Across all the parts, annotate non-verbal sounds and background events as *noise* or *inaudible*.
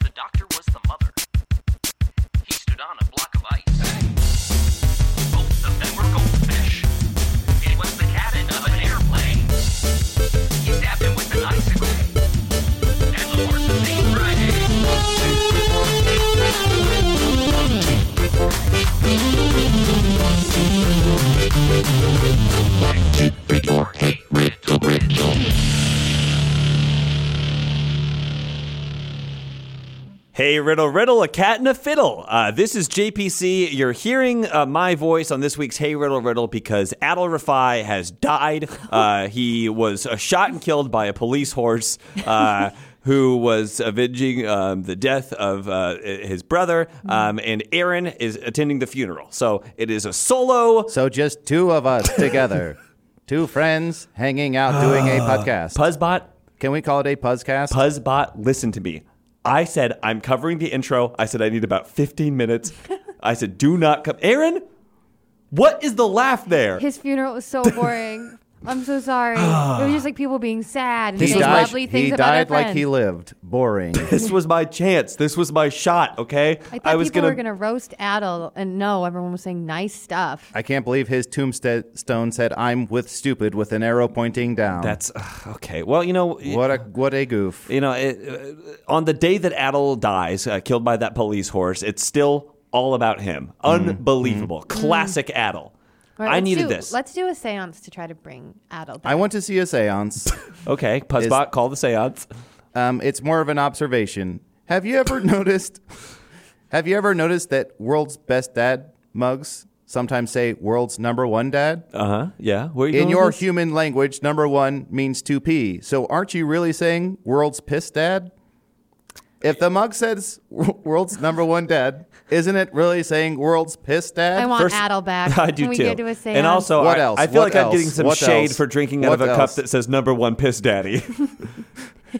The doctor was the mother. He stood on a block of ice. Both of them were goldfish. It was the cabin of an airplane. He stabbed him with an icicle. And the horses ate Friday. Hey, Riddle Riddle, a cat and a fiddle. Uh, this is JPC. You're hearing uh, my voice on this week's Hey Riddle Riddle because Adil Rafai has died. Uh, he was uh, shot and killed by a police horse. Uh, Who was avenging um, the death of uh, his brother? Um, and Aaron is attending the funeral. So it is a solo So just two of us together, two friends hanging out doing a podcast. Puzzbot Can we call it a puzzcast? Buzzbot, listen to me. I said I'm covering the intro. I said I need about 15 *laughs* minutes. I said do not come. Aaron, what is the laugh there? His funeral was so boring. I'm so sorry. it was just like people being sad and he saying died, lovely things he about died their like friend. he lived. Boring. this was my chance. This was my shot. Okay, I thought people were gonna roast Adel, and no, everyone was saying nice stuff. I can't believe his tombstone said, I'm with stupid with an arrow pointing down. That's ugh, okay. Well, you know what a what a goof. You know, it, uh, on the day that Adel dies, uh, killed by that police horse, it's still all about him. Mm-hmm. Unbelievable. Classic Adel. Mm-hmm. All I right, let's needed do- this. Let's do a seance to try to bring Adel. Back. I want to see a seance. Okay, Puzzbot, call the seance. Um, it's more of an observation. Have you ever *laughs* noticed? Have you ever noticed that world's best dad mugs sometimes say world's number one dad? Uh huh. Yeah. Where are you In going your with this? human language, number one means to pee. So aren't you really saying world's piss dad? If the mug says w- world's number one dad, isn't it really saying world's piss dad? I want First- Adel back. *laughs* I do Can we too. get to a seance? and also, What I, else? I feel What like I'm getting else? some What shade else? for drinking out What of a cup else? that says number one piss *laughs* daddy.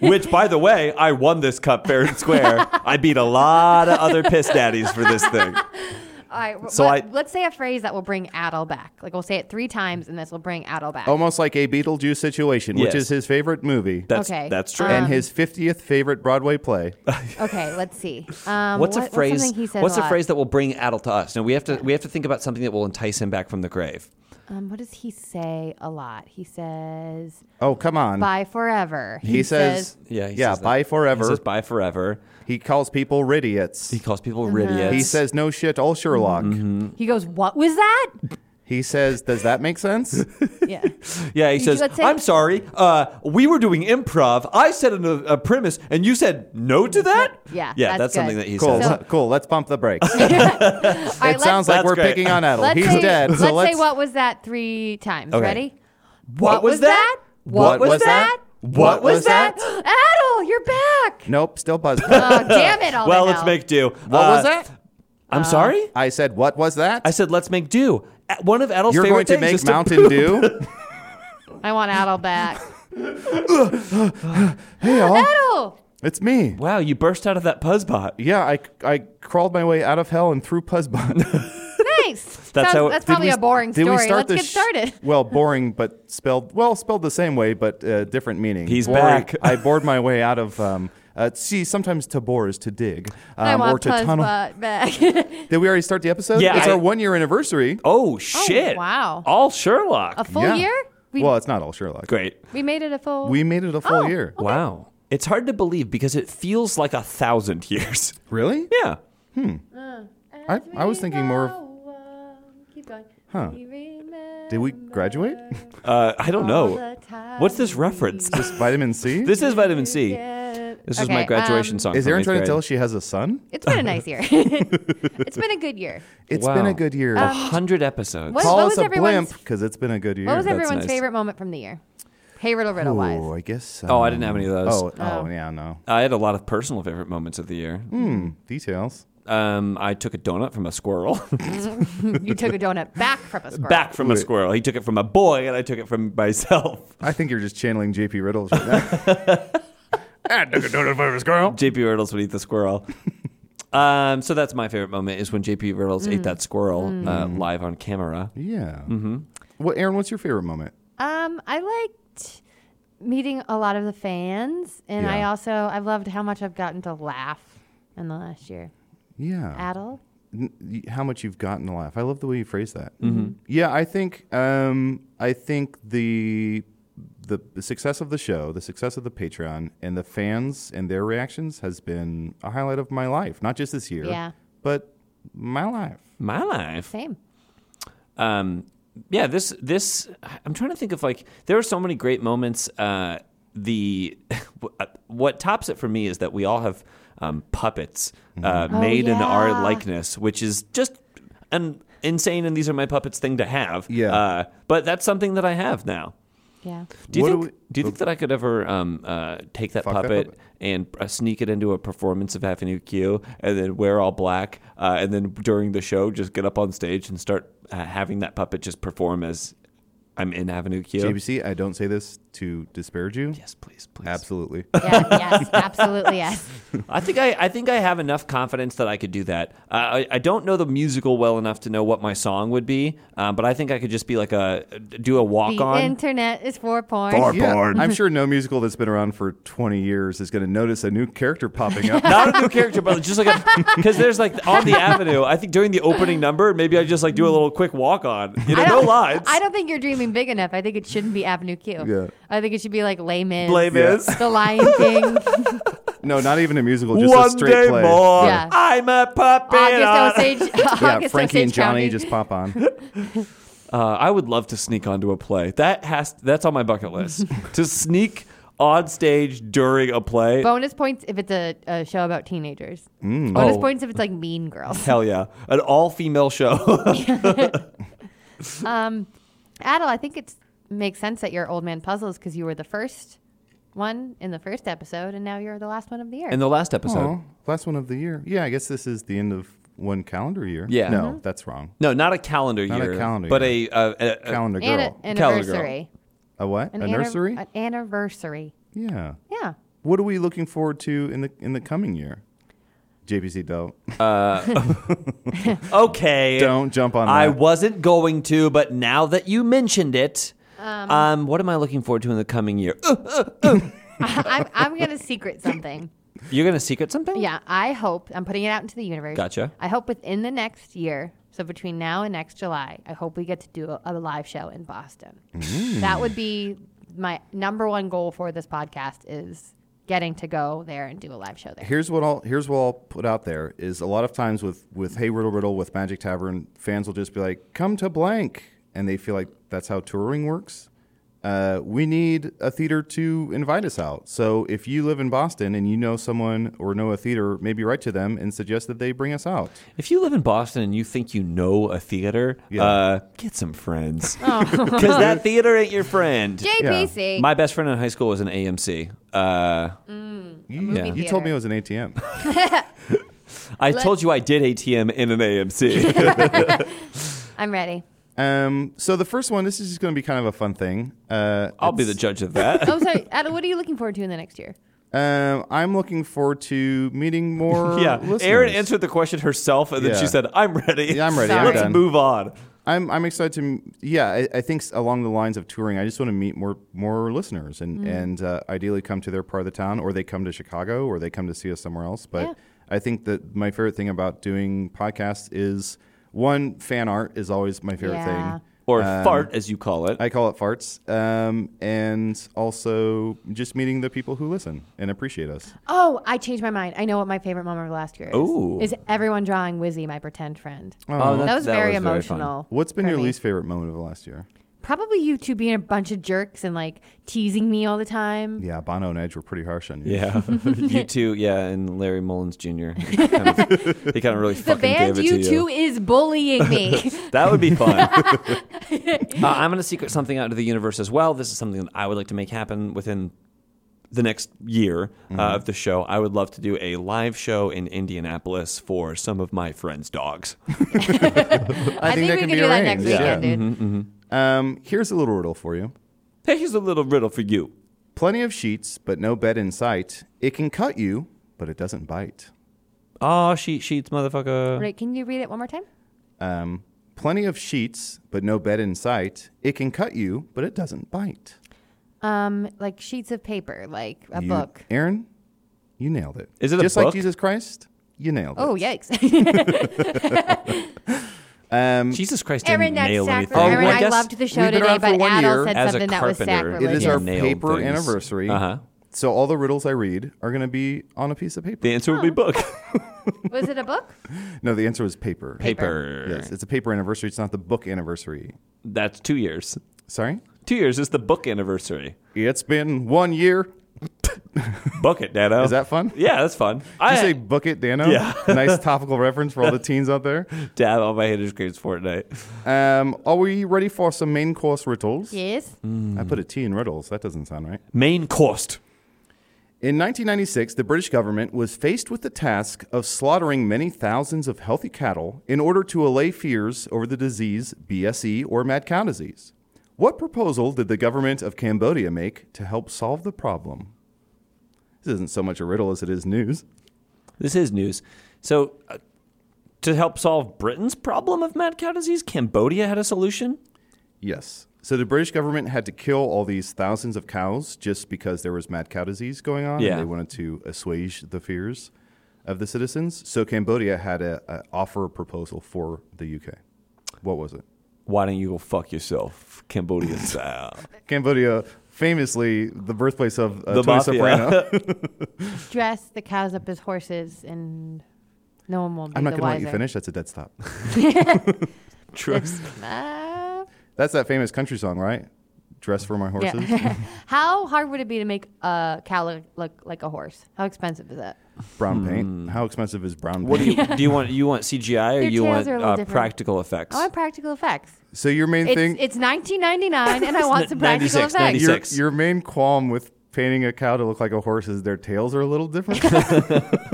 Which, by the way, I won this cup fair and square. I beat a lot of other piss daddies for this thing. All right, w- So let, I- us say a phrase that will bring Adel back. Like we'll say it three times, and this will bring Adel back. Oh Almost like a Beetlejuice situation, which Yes. is his favorite movie That's Okay. Um, that's true. and his 50th favorite *laughs* Broadway play. *laughs* okay, let's see. Um, what's what- a phrase? something he says what's a, a, lot? phrase that will bring Adel to us? Now we have to we have to think about something that will entice him back from the grave. Um, what does he say a lot? He says Oh, come on. "bye forever." He, says, Yeah, he yeah, says that. bye forever. He says bye forever. He calls people idiots. He calls Mm-hmm. people Uh-huh. idiots. He says, no shit, all Sherlock. He goes, "What was *laughs* that?" He says, does that make sense? yeah. Yeah, he says, let's say- "I'm sorry. Uh, we were doing improv. I said an, a premise, and you said no to that." Yeah, yeah, that's, that's good. something that *laughs* he cool, says. So- cool. Let's bump the brakes. All right, it sounds let's- like we're That's great. picking on Adel. let's He's say, dead. Let's, so let's say what was that three times. Okay. Ready? *gasps* What was that? What was that? What was that? Adel, *laughs* you're back. Nope, still buzz. Oh, damn it all. *gasps* Well, by let's now. make do. What was that? I'm sorry. I said, what was that? Uh, I said, "Let's make do." Uh, One of Adel's You're favorite going to things make is *laughs* Mountain Dew? *laughs* I want Adel back. hey, all. Adel. It's me. Wow, you burst out of that puzzbot. Yeah, I, I crawled my way out of hell and through Puzzbot. Thanks. That's Sounds- how- that's did probably we- a *laughs* boring Did story. we start Let's the get sh- started. *laughs* well, boring, but spelled, well, spelled the same way, but uh, different meaning. He's Boring- back. *laughs* I bored my way out of, um, uh, see, sometimes to bore is to dig I um, or want to tunnel. Puzzbot back. *laughs* Did we already start the episode? Yeah, It's I- our one year anniversary. Oh shit! wow. All Sherlock. a full Yeah. year? We, well, it's not all Sherlock. Great. we made it a full. We made it a full Oh. year. Wow. It's hard to believe because it feels like a thousand years. *laughs* Really? Yeah. I- I was thinking more of- Keep going. Huh. We Did we graduate? *laughs* Uh, I don't know. remember the time What's this reference? This, Vitamin C? this is vitamin C. This This is my graduation song. is from Erin eighth trying to grade. tell us she has a son? It's been a nice *laughs* year. *laughs* it's been a good year. It's Wow. been a good year. A hundred episodes. Um, what- Call us was a everyone's- blimp because it's been a good year. What was everyone's nice. favorite moment from the year? Hey, riddle, *laughs* riddle, Oh, wise. I guess. Oh, I didn't have any of those. Oh, oh, yeah, no I had a lot of personal favorite moments of the year. details. Um, I took a donut from a squirrel, *laughs* you took a donut back from a squirrel. back from a squirrel. He took it from a boy, and I took it from myself. *laughs* I think you're just channeling J.P. Riddles right now. I took a donut from a squirrel. JP Riddles would eat the squirrel. um, so that's my favorite moment is when JP Riddles ate that squirrel uh, live on camera. Yeah. Mm-hmm. Well, Aaron, what's your favorite moment? Um, I liked meeting a lot of the fans, and I Yeah. also I've loved how much I've gotten to laugh in the last year. Yeah. Adult. n- y- how much you've gotten to laugh. I love the way you phrase that. Mm-hmm. Yeah, I think um, I think the, the the success of the show, the success of the Patreon, and the fans and their reactions has been a highlight of my life. Not just this year, Yeah. but my life. My life. Same. um, yeah, this this I'm trying to think of like there are so many great moments. Uh, the *laughs* uh, what tops it for me is that we all have um, puppets uh, made in our yeah. likeness, which is just an insane. And these are my puppets thing to have. Yeah. uh, but that's something that I have now. Yeah. Do you What do think? Do, we- you think that I could ever um, uh, take that Fuck that puppet, puppet. and uh, sneak it into a performance of Avenue Q, and then wear all black, uh, and then during the show just get up on stage and start uh, having that puppet just perform as I'm in Avenue Q? JBC, I don't say this to disparage you. Yes, please, please. *laughs* Absolutely. Yeah. yes. *laughs* Absolutely. Yes. I think I, I think I have enough confidence that I could do that. Uh, I, I don't know the musical well enough to know what my song would be, um, but I think I could just be like a do a walk the on. internet is for porn. Yeah, I'm sure no musical that's been around for 20 years is going to notice a new character popping *laughs* up. not a new character, but just like a because there's like on the avenue. I think during the opening number, maybe I just like do a little quick walk on. You know, I no don't- lines. I don't think you're dreaming big enough. I think it shouldn't be Avenue Q. Yeah. I think it should be like Les Mis. Les Mis. The Lion King. no, not even a musical, just a One straight day play. more, Yeah. I'm a puppet. on- August Osage. Yeah, August Frankie and Osage Johnny County. just pop on. Uh, I would love to sneak onto a play. That has that's on my bucket *laughs* list to sneak on stage during a play. Bonus points if it's a, a show about teenagers. Bonus Oh. points if it's like Mean *laughs* Girls. Hell yeah, an all female show. Adel, I think it makes sense that you're Old Man Puzzles because you were the first one in the first episode, and now you're the last one of the year. In the last episode, Oh, last one of the year. Yeah, I guess this is the end of one calendar year. Yeah. Mm-hmm. No, that's wrong. no, not a calendar Not a year, calendar but year. a, uh, a, a Calendar girl. and A, an Calendar girl. anniversary. what? An a anniv- nursery? An anniversary. yeah. Yeah. *laughs* What are we looking forward to in the in the coming year? JPC, don't okay. don't jump on that. I wasn't going to, but now that you mentioned it, um, what am I looking forward to in the coming year? Ugh, I'm, I'm going to secret something. you're going to secret something? Yeah, I hope I'm putting it out into the universe. Gotcha. I hope within the next year, so between now and next July, I hope we get to do a, a live show in Boston. Mm. That would be my number one goal for this podcast is getting to go there and do a live show there. here's what I'll here's what I'll put out there is a lot of times with with Hey Riddle Riddle with Magic Tavern fans will just be like come to blank and they feel like that's how touring works. Uh, we need a theater to invite us out. So if you live in Boston and you know someone or know a theater, maybe write to them and suggest that they bring us out. If you live in Boston and you think you know a theater, Yeah. uh, get some *laughs* friends. Oh. *laughs* Because that theater ain't your friend. JPC. My best friend in high school was an AMC. Uh, You, movie you told me theater. it was an ATM. I told you I did ATM in an *laughs* AMC. I'm ready. um, so the first one, this is just going to be kind of a fun thing. Uh, *laughs* I'll be the judge of that. Oh, sorry, *laughs* Adam. What are you looking forward to in the next year? um, I'm looking forward to meeting more. *laughs* *laughs* yeah. listeners. Erin answered the question herself, and then Yeah. she said, I'm ready. Yeah, I'm ready. I'm Let's done. move on. I'm I'm excited to m- yeah I, I think s- along the lines of touring I just want to meet more more listeners and Mm. and uh, ideally come to their part of the town or they come to Chicago or they come to see us somewhere else but Yeah. I think that my favorite thing about doing podcasts is one fan art is always my favorite Yeah. thing Or Um, fart, as you call it. I call it farts um, and also just meeting the people who listen and appreciate us Oh, I changed my mind. I know what my favorite moment of last year is. Ooh. Is everyone drawing Wizzy, my pretend friend. Oh, that was very fun. emotional. what's been for your me. least favorite moment of the last year Probably you two being a bunch of jerks and like teasing me all the time. yeah Bono and Edge were pretty harsh on you *laughs* Yeah, *laughs* you two. Yeah, and Larry Mullins Jr. He kind of, *laughs* he kind of really The fucking gave band it you to two you. is bullying *laughs* me. That would *laughs* be *laughs* fun. uh, I'm going to secret something out to the universe as well. This is something that I would like to make happen within the next year uh, of the show. I would love to do a live show in Indianapolis for some of my friends' dogs. I, think, we that can, be do that next arranged. weekend, dude. Mm-hmm. Um, here's a little riddle for you. Here's a little riddle for you. Plenty of sheets, but no bed in sight. It can cut you, but it doesn't bite. Oh, sheet sheets, motherfucker. Right, can you read it one more time? Um, plenty of sheets, but no bed in sight. It can cut you, but it doesn't bite. Um, like sheets of paper, like a You- book. Aaron, you nailed it. Is it a Just book? like Jesus Christ, you nailed Oh it. yikes! *laughs* Jesus Christ didn't Aaron, that's nail sacri- anything. Aaron, Oh, Well, I, guess loved the show we've been today, around for but one Adel year. said As a something that was carpenter, it It sacrilegious. is our Nailed paper things. anniversary. Uh-huh. So all the riddles I read are going to be on a piece of paper. The answer Oh. would be book. Was it a book? no, the answer was paper. Paper. Yes, it's a paper anniversary. It's not the book anniversary. That's two years. Sorry? Two years is the book anniversary. It's been one year. Book it, Dano. Is that fun? *laughs* Yeah, that's fun. Did I you say book it, Dano? Yeah. *laughs* nice topical reference for all the teens out there. dab all my haters craves Fortnite. Um, are we ready for some main course riddles? Yes. Mm. I put a T in riddles. That doesn't sound right. Main cost. In 1996, the British government was faced with the task of slaughtering many thousands of healthy cattle in order to allay fears over the disease BSE or mad cow disease. What proposal did the government of Cambodia make to help solve the problem? This isn't so much a riddle as it is news. This is news. So, uh, to help solve Britain's problem of mad cow disease, Cambodia had a solution. Yes. So the British government had to kill all these thousands of cows just because there was mad cow disease going on. Yeah. And they wanted to assuage the fears of the citizens. So Cambodia had a, a offer a proposal for the UK. What was it? Why don't you go fuck yourself, *laughs* Cambodian style? Cambodia, famously the birthplace of uh, The Tony mafia. *laughs* Soprano. Dress the cows up as horses, and no one will be I'm not the going to let you wiser. *laughs* finish. That's a dead stop. Trust. Uh, That's that famous country song, right? Dress for my horses. *laughs* yeah. How hard would it be to make a cow look, look like a horse? How expensive is that? brown paint. How expensive is brown paint? Hmm. What do you do? You want you want CGI or Their you tails want are a little uh, different. practical effects? I want practical effects. so your main It's, thing, it's 1999, and I want some practical 96, effects. your, 96. your main qualm with painting a cow to look like a horse is their tails are a little different. *laughs*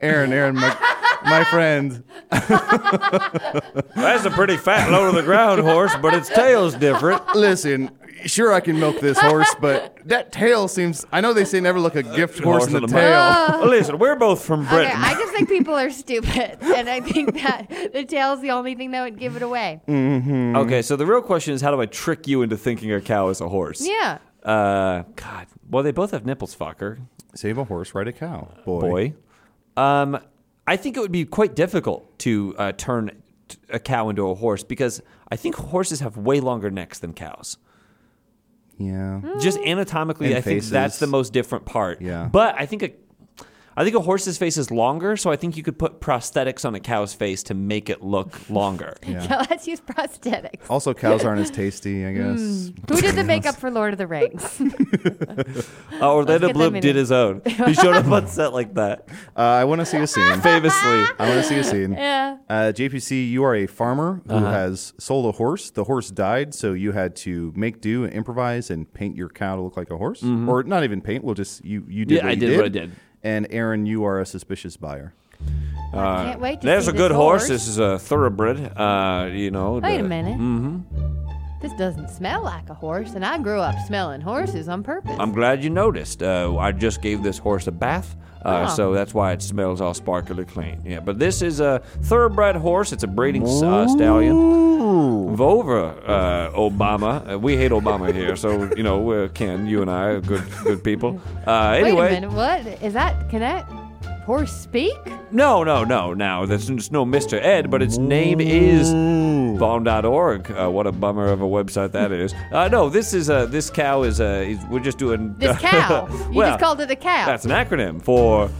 Aaron, Aaron, my, my friend, That's a pretty fat, low to the *laughs* ground horse, but its tail's different. listen. Sure, I can milk this horse, but that tail seems. I know they say never look a gift horse, in the tail. Listen, we're both from Uh. Okay, Britain. I just *laughs* think people are stupid, and I think that the tail is the only thing that would give it away. Mm. Okay, so the real question is how do I trick you into thinking a cow is a horse? Yeah. Uh, God. Well, they both have nipples, fucker. Save a horse, ride a cow, Boy. Um, I think it would be quite difficult to uh, turn t- a cow into a horse because I think horses have way longer necks than cows. Yeah. Mm. Just anatomically, And I faces. think that's the most different part. Yeah. But I think a I think a horse's face is longer, so I think you could put prosthetics on a cow's face to make it look *laughs* longer. So let's use prosthetics. Also, cows aren't as tasty, I guess. Mm. Who did the makeup for Lord of *laughs* the Rings? Uh, Orlando get them Bloom in did it. his own. He showed up on set like that, Uh, I want to see a scene. famously. I want to see a scene. Yeah. Uh, JPC, you are a farmer who Uh-huh. has sold a horse. The horse died, so you had to make do and improvise and paint your cow to look like a horse, or not even paint. We'll just you you did. Mm-hmm. Yeah, what I you did what I did. And Aaron, you are a suspicious buyer. I *laughs* can't wait to There's see a good this horse. This is a thoroughbred. Uh, you know. Wait a the- minute. Mm-hmm. This doesn't smell like a horse, and I grew up smelling horses on purpose. I'm glad you noticed. Uh, I just gave this horse a bath. Uh, Oh. So that's why it smells all sparkly clean. Yeah, but this is a thoroughbred horse. It's a breeding uh, stallion. *laughs* Vova, uh, Obama. Uh, we hate Obama here, so you know uh, Ken, you and I are good good *laughs* people. Uh, wait anyway, a minute. What is that? Can that horse speak? No, no, no, no. There's it's no Mr. Ed, but its name is bomb.org. Uh, what a bummer of a website that is. Uh, no, this is uh, this cow is, uh, is we're just doing *laughs* This cow. you Well, just called it a cow. That's an acronym for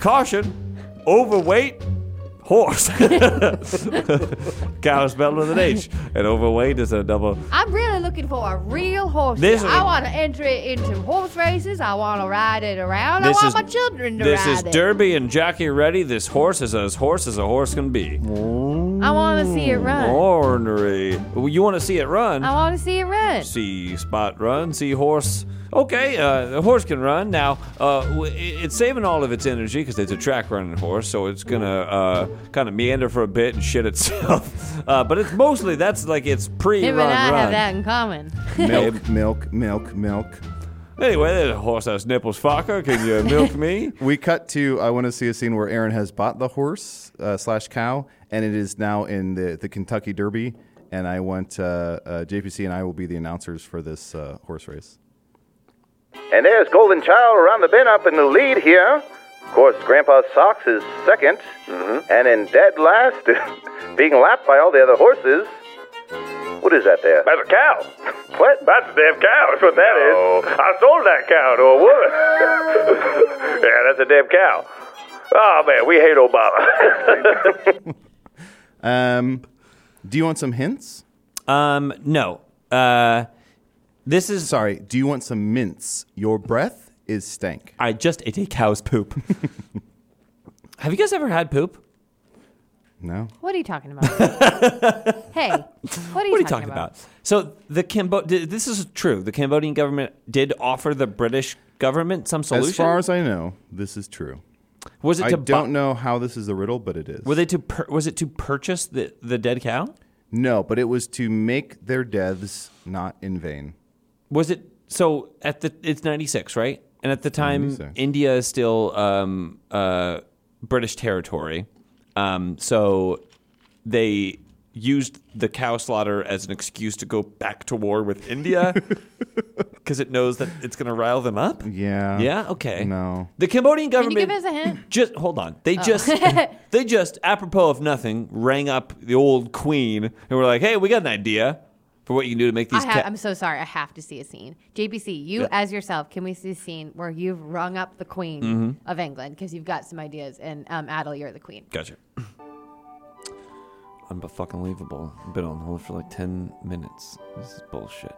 caution, overweight, horse. cow is spelled with an H, and overweight is a double. I'm really looking for a real horse. This I is- want to enter it into horse races. I want to ride it around. I This want is- my children to This ride is it. Derby and Jockey Ready. This horse is as horse as a horse can be. I want to see it run. Oh. Ornery. Well, You want to see it run? I want to see it run. see spot run, see horse. Okay, uh, the horse can run. Now, uh, w- it- it's saving all of its energy because it's a track running horse, so it's going to uh, kind of meander for a bit and shit *laughs* itself. Uh, but it's mostly, that's like its pre Him run and I run. have that in common. Milk, milk, milk, milk. Anyway, there's a horse has nipples, fucker. Can you milk *laughs* me? We cut to I want to see a scene where Aaron has bought the horse uh, slash cow, and it is now in the the Kentucky Derby. And I want uh, uh, JPC and I will be the announcers for this uh, horse race. And there's Golden Child around the bend up in the lead here. Of course, Grandpa Socks is 2nd Mm-hmm. and in dead last, *laughs* being lapped by all the other horses. What is that there? That's a cow. What? That's a damn cow. That's what that is. No. I sold that cow to a woman. yeah, that's a damn cow. Oh man, we hate Obama. Um, do you want some hints? Um, no. Uh, this is. Sorry, do you want some mints? Your breath is stank. I just ate a cow's *laughs* poop. Have you guys ever had poop? No. What are you *laughs* talking about? hey, what are you, What are you talking about? So the Cambo- th- this is true. The Cambodian government did offer the British government some solution. As far as I know, this is true. was it I to bu- don't know how this is a riddle, but it is. Were they to pur- was it to purchase the, the dead cow? no, but it was to make their deaths not in vain. Was it so at the it's 96, right? And at the time 96. India is still um, uh, British territory. Um, so they used the cow slaughter as an excuse to go back to war with *laughs* India cuz it knows that it's going to rile them up. Yeah. Yeah. Okay. Um, No. The Cambodian Can government. you give us a hint? Oh. Just hold on. They *laughs* just they just apropos of nothing rang up the old queen and were like, "Hey, we got an idea for what you can do to make I *clears throat* these." ha- ca- I'm so sorry. I have to see a scene. JBC, you as yourself, can we see a scene where you've rung up the Queen Mm-hmm. of England because you've got some ideas, and um, Adel, you're the Queen. gotcha. *clears throat* Unbelievable. I've been on hold for like ten minutes. This is bullshit.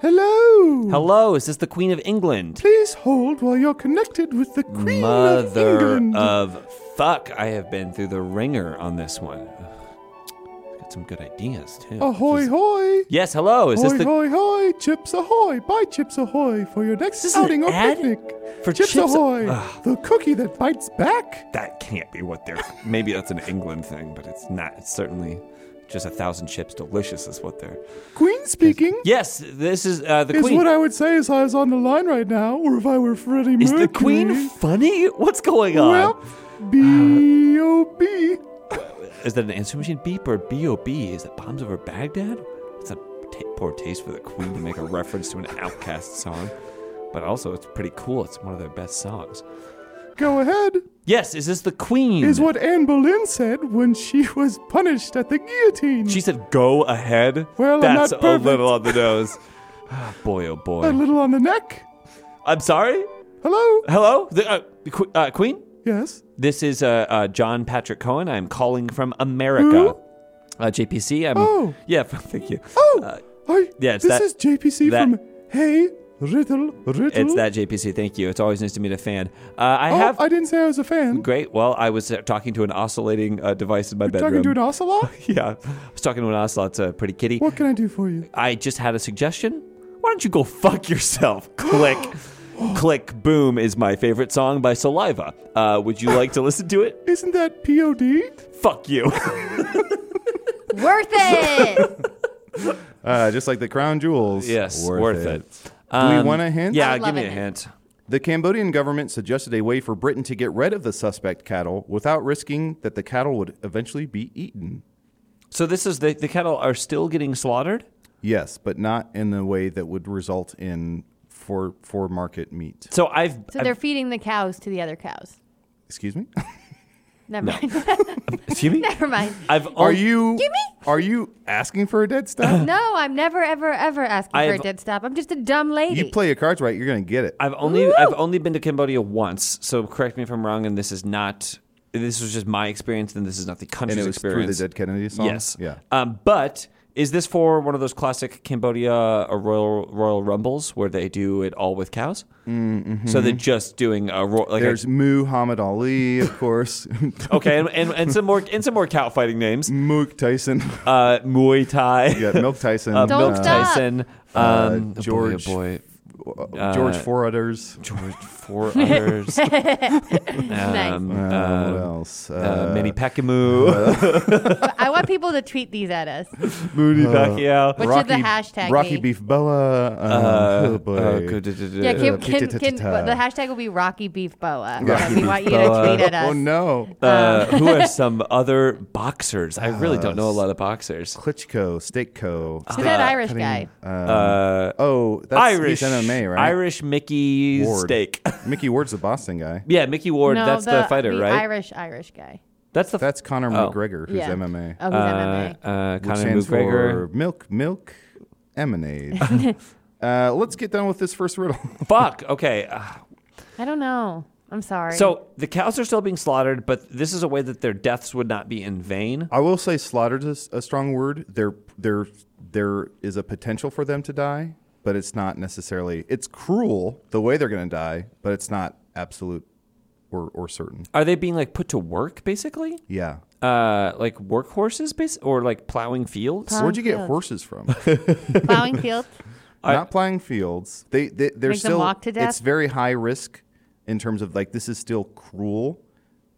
Hello. Hello, is this the Queen of England? Please hold while you're connected with the Queen of Mother uh, England. of fuck! I have been through the ringer on this one. Ugh. Got some good ideas too. ahoy, This is- hoy. Yes, hello. Is hoy, this the hoy, hoy. Chips ahoy. Buy Chips Ahoy for your next Is this an outing or ad picnic. for Chips, Chips A- Ahoy. Ugh. the cookie that bites back. that can't be what they're maybe that's an england thing but it's not it's certainly just a thousand chips delicious is what they're Queen speaking. yes this is uh, the is queen what I would say if I was on the line right now, or if I were Freddie is Mercury. the queen funny what's going on Uh, Well, B O B. is that an answer machine beep or bob is that bombs over baghdad it's a ta poor taste for the queen to make a reference to an outcast song but also it's pretty cool it's one of their best songs Go ahead. yes is this the queen Is what Anne Boleyn said when she was punished at the guillotine. she said go ahead Well, I'm that's not a perfect. little on the nose Ah, boy oh boy a little on the neck. i'm sorry Hello. Hello, the, uh, Qu- uh, Queen. Yes. This is uh, uh, John Patrick Cohen. I'm calling from America. Uh, JPC. I'm. Hmm? Oh. Yeah. *laughs* Thank you. Oh, Uh, I, yeah, it's this that- is JPC that- from Hey Riddle Riddle. it's that JPC. Thank you. It's always nice to meet a fan. Uh, I Hmm? Oh, have. I didn't say I was a fan. Great. Well, I was uh, talking to an oscillating uh, device in my bedroom. Talking to an ocelot. *laughs* yeah, I was talking to an ocelot. It's a pretty kitty. what can I do for you? I just had a suggestion. Why don't you go fuck *gasps* yourself? Click. Click Boom is my favorite song by Saliva. Uh, would you like to listen to *gasps* it? Isn't that POD? Fuck you. *laughs* Worth it. Uh, just like the crown jewels. Yes, worth it. Um, Do we want a hint? Yeah, would give love me a it. hint. The Cambodian government suggested a way for Britain to get rid of the suspect cattle without risking that the cattle would eventually be eaten. So this is the, the cattle are still getting slaughtered. Yes, but not in a way that would result in for for market meat. So I've, so I've- they're feeding the cows to the other cows. Excuse *laughs* me. Never mind. *laughs* excuse me. Never mind. I've Are on- you me- are you asking for a dead stop? No, I'm never, ever, ever asking I for a have- dead stop. I'm just a dumb lady. you play your cards right, you're gonna get it. I've only I've only been to Cambodia once. So correct me if I'm wrong, and this is not this was just my experience, and this is not the country's and it was experience. through the Dead Kennedy song. Yes. Yeah. Um, but is this for one of those classic Cambodia uh, Royal Royal Rumbles where they do it all with cows? Mm-hmm. So they're just doing a ro- like a- Mm, There's Muhammad *laughs* Ali, of course. okay, and, and, and some more and some more cow fighting names. *laughs* Mook Tyson. Uh, Muay Thai. yeah, Milk *laughs* Tyson. uh, Don't Milk uh, stop. Tyson, Uh, um, oh George- boy, oh boy, George uh, Forudders. George, four *laughs* others, um, Uh, uh, what else? uh, Manny *laughs* Pacquiao, I want people to tweet these at us. Moody Pacquiao, What should the hashtag Rocky be? Beef Boa. Uh, uh, Oh, boy. Yeah, Uh, *laughs* can, can, ta-ta-ta-ta. can, but the hashtag will be Rocky Beef Boa. Rocky so we Beef want you to Boa. tweet at us. Oh, no. Uh, um, who *laughs* are some other boxers? I really don't know a lot of boxers. Klitschko, Steakco. Who's that Irish guy? Uh, Oh, that's Irish he's MMA, right? Irish Mickey Ward. Steak. *laughs* Mickey Ward's the Boston guy. yeah, Mickey Ward. no, that's the, fighter, right? Irish Irish guy. that's the That's Conor Oh. McGregor, who's yeah. MMA. Oh, uh, he's MMA. uh, which Conor stands McGregor. for milk, milk, emanade. *laughs* uh, let's get done with this first riddle. Fuck. Okay. Uh, I don't know. I'm sorry. so the cows are still being slaughtered, but this is a way that their deaths would not be in vain. I will say slaughtered is a strong word. There, there, there is a potential for them to die, but it's not necessarily. It's cruel the way they're going to die, but it's not absolute or or certain. Are they being like put to work basically? Yeah. Uh, like workhorses, bas- or like plowing fields? Where'd you get horses from? *laughs* plowing fields. not playing fields. They, they they're Make them still walk to death? it's very high risk in terms of like this is still cruel,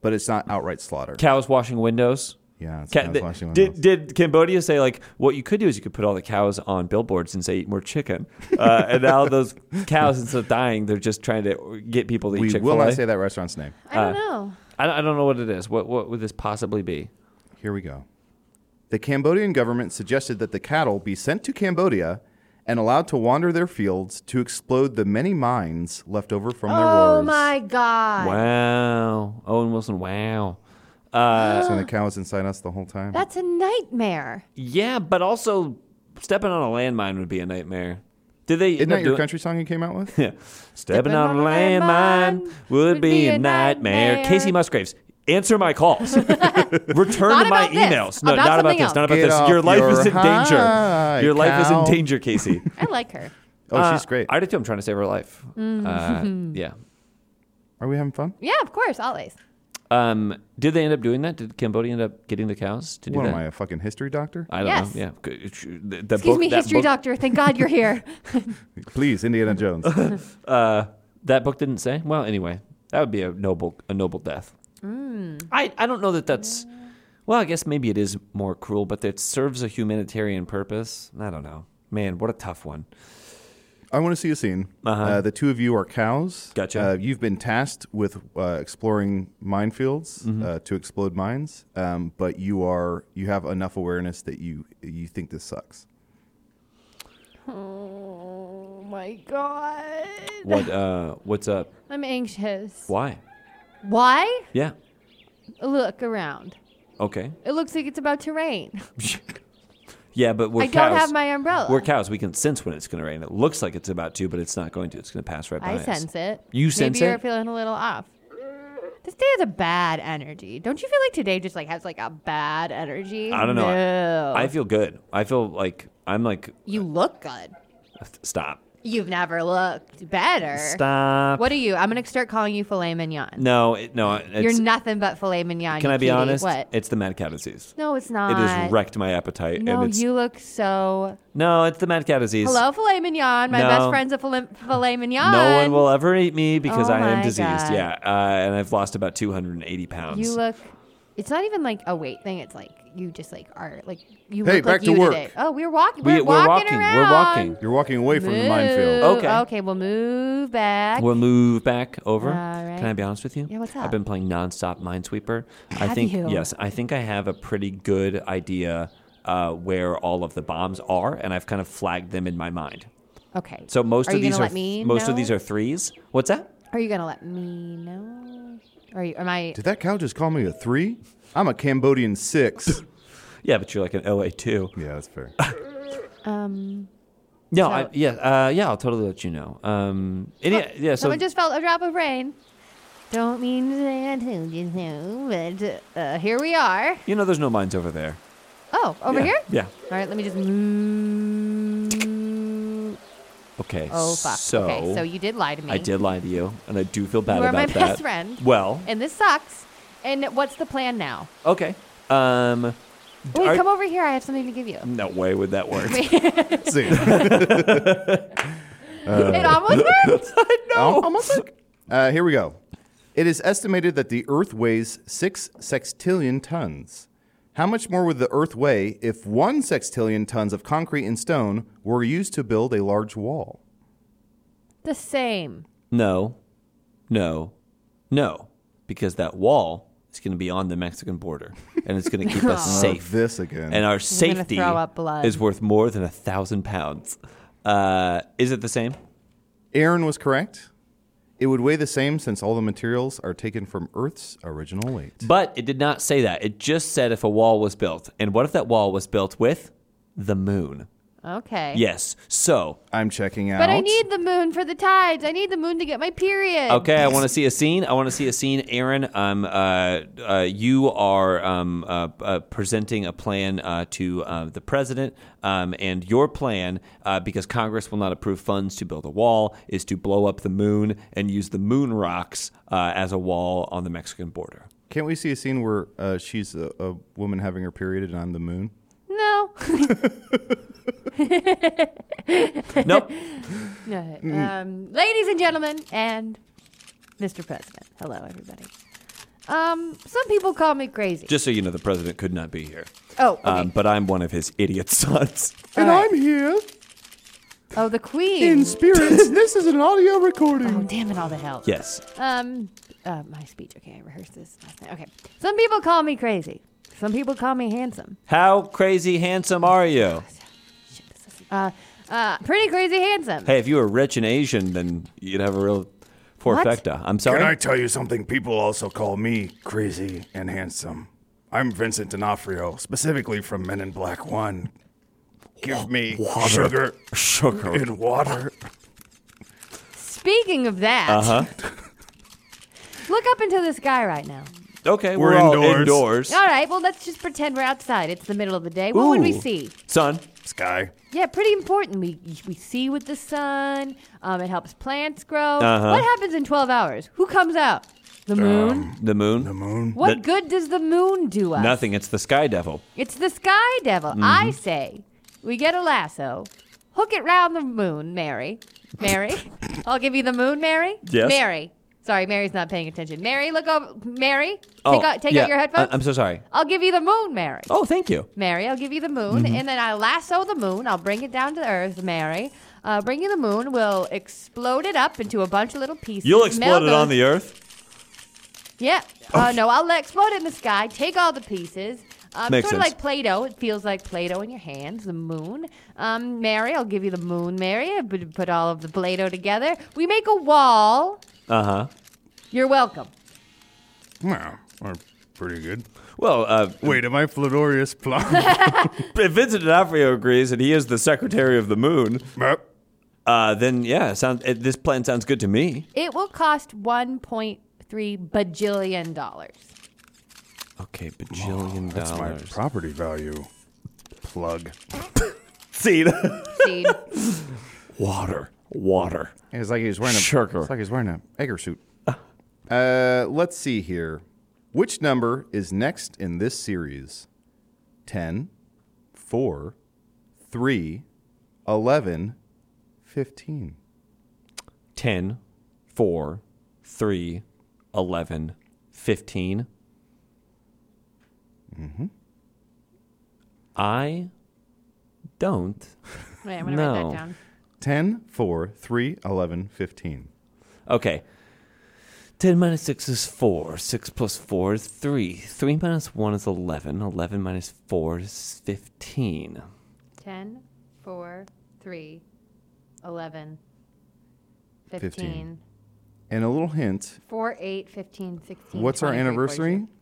but it's not outright slaughter. Cows washing windows. yeah, it's Ca- kind of th- flashing on did those. did Cambodia say like what you could do is you could put all the cows on billboards and say eat more chicken, uh, and now those cows instead of dying they're just trying to get people to eat we Chick will Fil not A. say that restaurant's name. I don't Uh, know. I, I don't know what it is. What what would this possibly be? Here we go. The Cambodian government suggested that the cattle be sent to Cambodia and allowed to wander their fields to explode the many mines left over from their wars. Oh my god. Wow, Owen Wilson. Wow. Uh, So the cow was inside us the whole time. That's a nightmare. Yeah, but also stepping on a landmine would be a nightmare. Did they? Isn't end up that your doing- Uh, country song you came out *laughs* with? Yeah. Stepping on a landmine would be a nightmare. nightmare. Casey Musgraves, answer my *laughs* calls. Return to my about this. emails. No, not About about something this. else. Not about Get this. off Your life your is in high, danger. Your life is in cow. danger, Casey. I like her. *laughs* Oh, Uh, she's great. I do too. I'm trying to save her life. Mm-hmm. Uh, yeah. Are we having fun? Yeah, of course, always. Um, did they end up doing that? Did Cambodia end up getting the cows to do What that? am I, a fucking history doctor? I don't Yes. know. Yeah. The, the Excuse book- me, that history book- doctor. Thank God you're here. Please, Indiana *laughs* Jones. uh, that book didn't say. Well, anyway, that would be a noble a noble death. Mm. I I don't know that that's. Well, I guess maybe it is more cruel, but it serves a humanitarian purpose. I don't know. Man, what a tough one. I want to see a scene. Uh-huh. Uh, the two of you are cows. Gotcha. Uh, you've been tasked with uh, exploring minefields Mm-hmm. uh, to explode mines, um, but you are you have enough awareness that you you think this sucks. oh my god. What *laughs* uh, what's up? I'm anxious. Why? Why? Yeah. Look around. Okay. *laughs* It looks like it's about to rain. Yeah, but we're I cows. don't have my umbrella. We're cows. We can sense when it's going to rain. It looks like it's about to, but it's not going to. It's going to pass right by I us. sense it. You sense Maybe you're it? feeling a little off. This day has a bad energy. Don't you feel like today just like has like a bad energy? I don't know. No. I feel good. I feel like I'm like you look good. stop. You've never looked better. Stop. What are you? I'm gonna start calling you filet mignon. No, it, no. It's, You're nothing but filet mignon. Can you I be cutie. honest? What? It's the mad cow disease. no, it's It not. has wrecked my appetite. No, and it's, you look so. no, it's the mad cow disease. Hello, filet mignon. My No. best friend's a filet, filet mignon. No one will ever eat me because Oh I am my diseased. God. Yeah, uh, and I've lost about 280 pounds. You look. It's not even like a weight thing. It's like you just like are like you Hey, look like back to you work. today. Oh, we're walking. We- We're, we're walking, walking, we're around. walking. You're walking away from the minefield. Move. Okay. Okay. We'll move back. We'll move back over. All right. Can I be honest with you? Yeah, what's I've up? been playing nonstop Minesweeper. I Have think you? yes, I think I have a pretty good idea uh, where all of the bombs are, and I've kind of flagged them in my mind. okay. So most are of you these are gonna let me most know? of these are threes. What's that? Are you gonna let me know? Are you? Am I? Did that cow just call me a three? I'm a *laughs* Cambodian six. Yeah, but you're like an LA two. yeah, that's *laughs* fair. Um. No, So- I, yeah, uh, yeah, I'll totally let you know. Um, and yeah, yeah, so Someone just felt a drop of rain. Don't mean to say I told you so, but uh, here we are. you know, there's no mines over there. Oh, over Yeah, here? yeah. All right, let me just move. Okay. Oh, fuck. So, okay, so you did lie to me. I did lie to you, and I do feel bad You are about my that. best friend. Well, And this sucks. And what's the plan now? okay. Um, Wait, are- come over here. I have something to give you. no way would that work. See, *laughs* *laughs* it almost worked. Oh, Al- almost like- Oh, Uh, here we go. It is estimated that the Earth weighs six sextillion tons. How much more would the Earth weigh if one sextillion tons of concrete and stone were used to build a large wall? The same. No, no, no, because that wall is going to be on the Mexican border, and it's going to keep *laughs* us safe. This again. and our Oh. gonna safety throw up blood. is worth more than a thousand pounds. Uh, is it the same? Aaron was correct. It would weigh the same since all the materials are taken from Earth's original weight. But it did not say that. It just said if a wall was built, and what if that wall was built with the moon? Okay. Yes. So I'm checking out. But I need the moon for the tides. I need the moon to get my period. Okay, I want to see a scene. I want to see a scene, Aaron. Um, uh, uh, you are um, uh, uh, presenting a plan uh, to uh, the president, um, and your plan, uh, because Congress will not approve funds to build a wall, is to blow up the moon and use the moon rocks uh, as a wall on the Mexican border. Can't we see a scene where uh, she's a, a woman having her period and I'm the moon? No. *laughs* Nope. No. Mm. Um, ladies and gentlemen, and Mr. President. Hello, everybody. Um, some people call me crazy. Just so you know, the president could not be here, oh, okay. um, but I'm one of his idiot *laughs* sons. All and right. I'm here oh, the queen. *laughs* in spirits. this is an audio recording. oh, damn it all to hell. Yes. Um, uh, my speech. Okay, I rehearsed this last night. Okay. Some people call me crazy. Some people call me handsome. How crazy handsome are you? Shit, this is, uh, uh, pretty crazy handsome. Hey, if you were rich and Asian, then you'd have a real porfecta. I'm sorry. Can I tell you something? People also call me crazy and handsome. I'm Vincent D'Onofrio, specifically from Men in Black One. Give me sugar, sugar, and water. Speaking of that, Uh-huh. look up into the sky right now. Okay, we're, We're all indoors. indoors. All right, well, let's just pretend we're outside. It's the middle of the day. What would we Ooh. see? Sun. Sky. Yeah, pretty important. We we see with the sun. Um, it helps plants grow. Uh-huh. Um, What happens in twelve hours? Who comes out? The moon. The moon. what that- good does the moon do us? Nothing. It's the sky devil. It's the sky devil. Mm-hmm. I say we get a lasso, hook it round the moon, Mary. *laughs* Mary, I'll give you the moon, Mary. Yes. Mary. Sorry, Mary's not paying attention. Mary, look over. Mary, Oh, take out take yeah. out your headphones. I- I'm so sorry. I'll give you the moon, Mary. Oh, Mm-hmm. thank you. Mary, I'll give you the moon, and then I lasso the moon. I'll bring it down to Earth, Mary. Uh, bring you the moon. We'll explode it up into a bunch of little pieces. meld those- earth. Yeah. Uh, no, I'll let explode it in the sky. Take all the pieces. Um, Makes sort of sense. like Play-Doh. It feels like Play-Doh in your hands. The moon, um, Mary. I'll give you the moon, Mary. I put put all of the Play-Doh together. We make a wall. Uh huh. You're welcome. Wow, are pretty good. Well, uh, Wait, am I Florius Plum? if Vincent D'Onofrio agrees and he is the secretary of the moon, Yep. uh, then yeah, sound, it, this plan sounds good to me. It will cost 1.3 bajillion dollars. Okay, bajillion That's my dollars. property value. Plug. See, *laughs* See, *laughs* water, water. It's like he's wearing a Sugar. It's like he's wearing an egger suit. Uh, let's see here. Which number *laughs* is next in this series? 10, 4, 3, 11, 15. Ten, four, three, eleven, fifteen. Mm-hmm. I don't Wait, I'm gonna write No. that down. 10, 4, 3, 11, 15. Okay. 10 minus 6 is 4. 6 plus 4 is 3. 3 minus 1 is 11. 11 minus 4 is 15. 10, 4, 3, 11, 15, Fifteen. And a little hint 4, 8, 15, 16. what's our 23, anniversary? 46.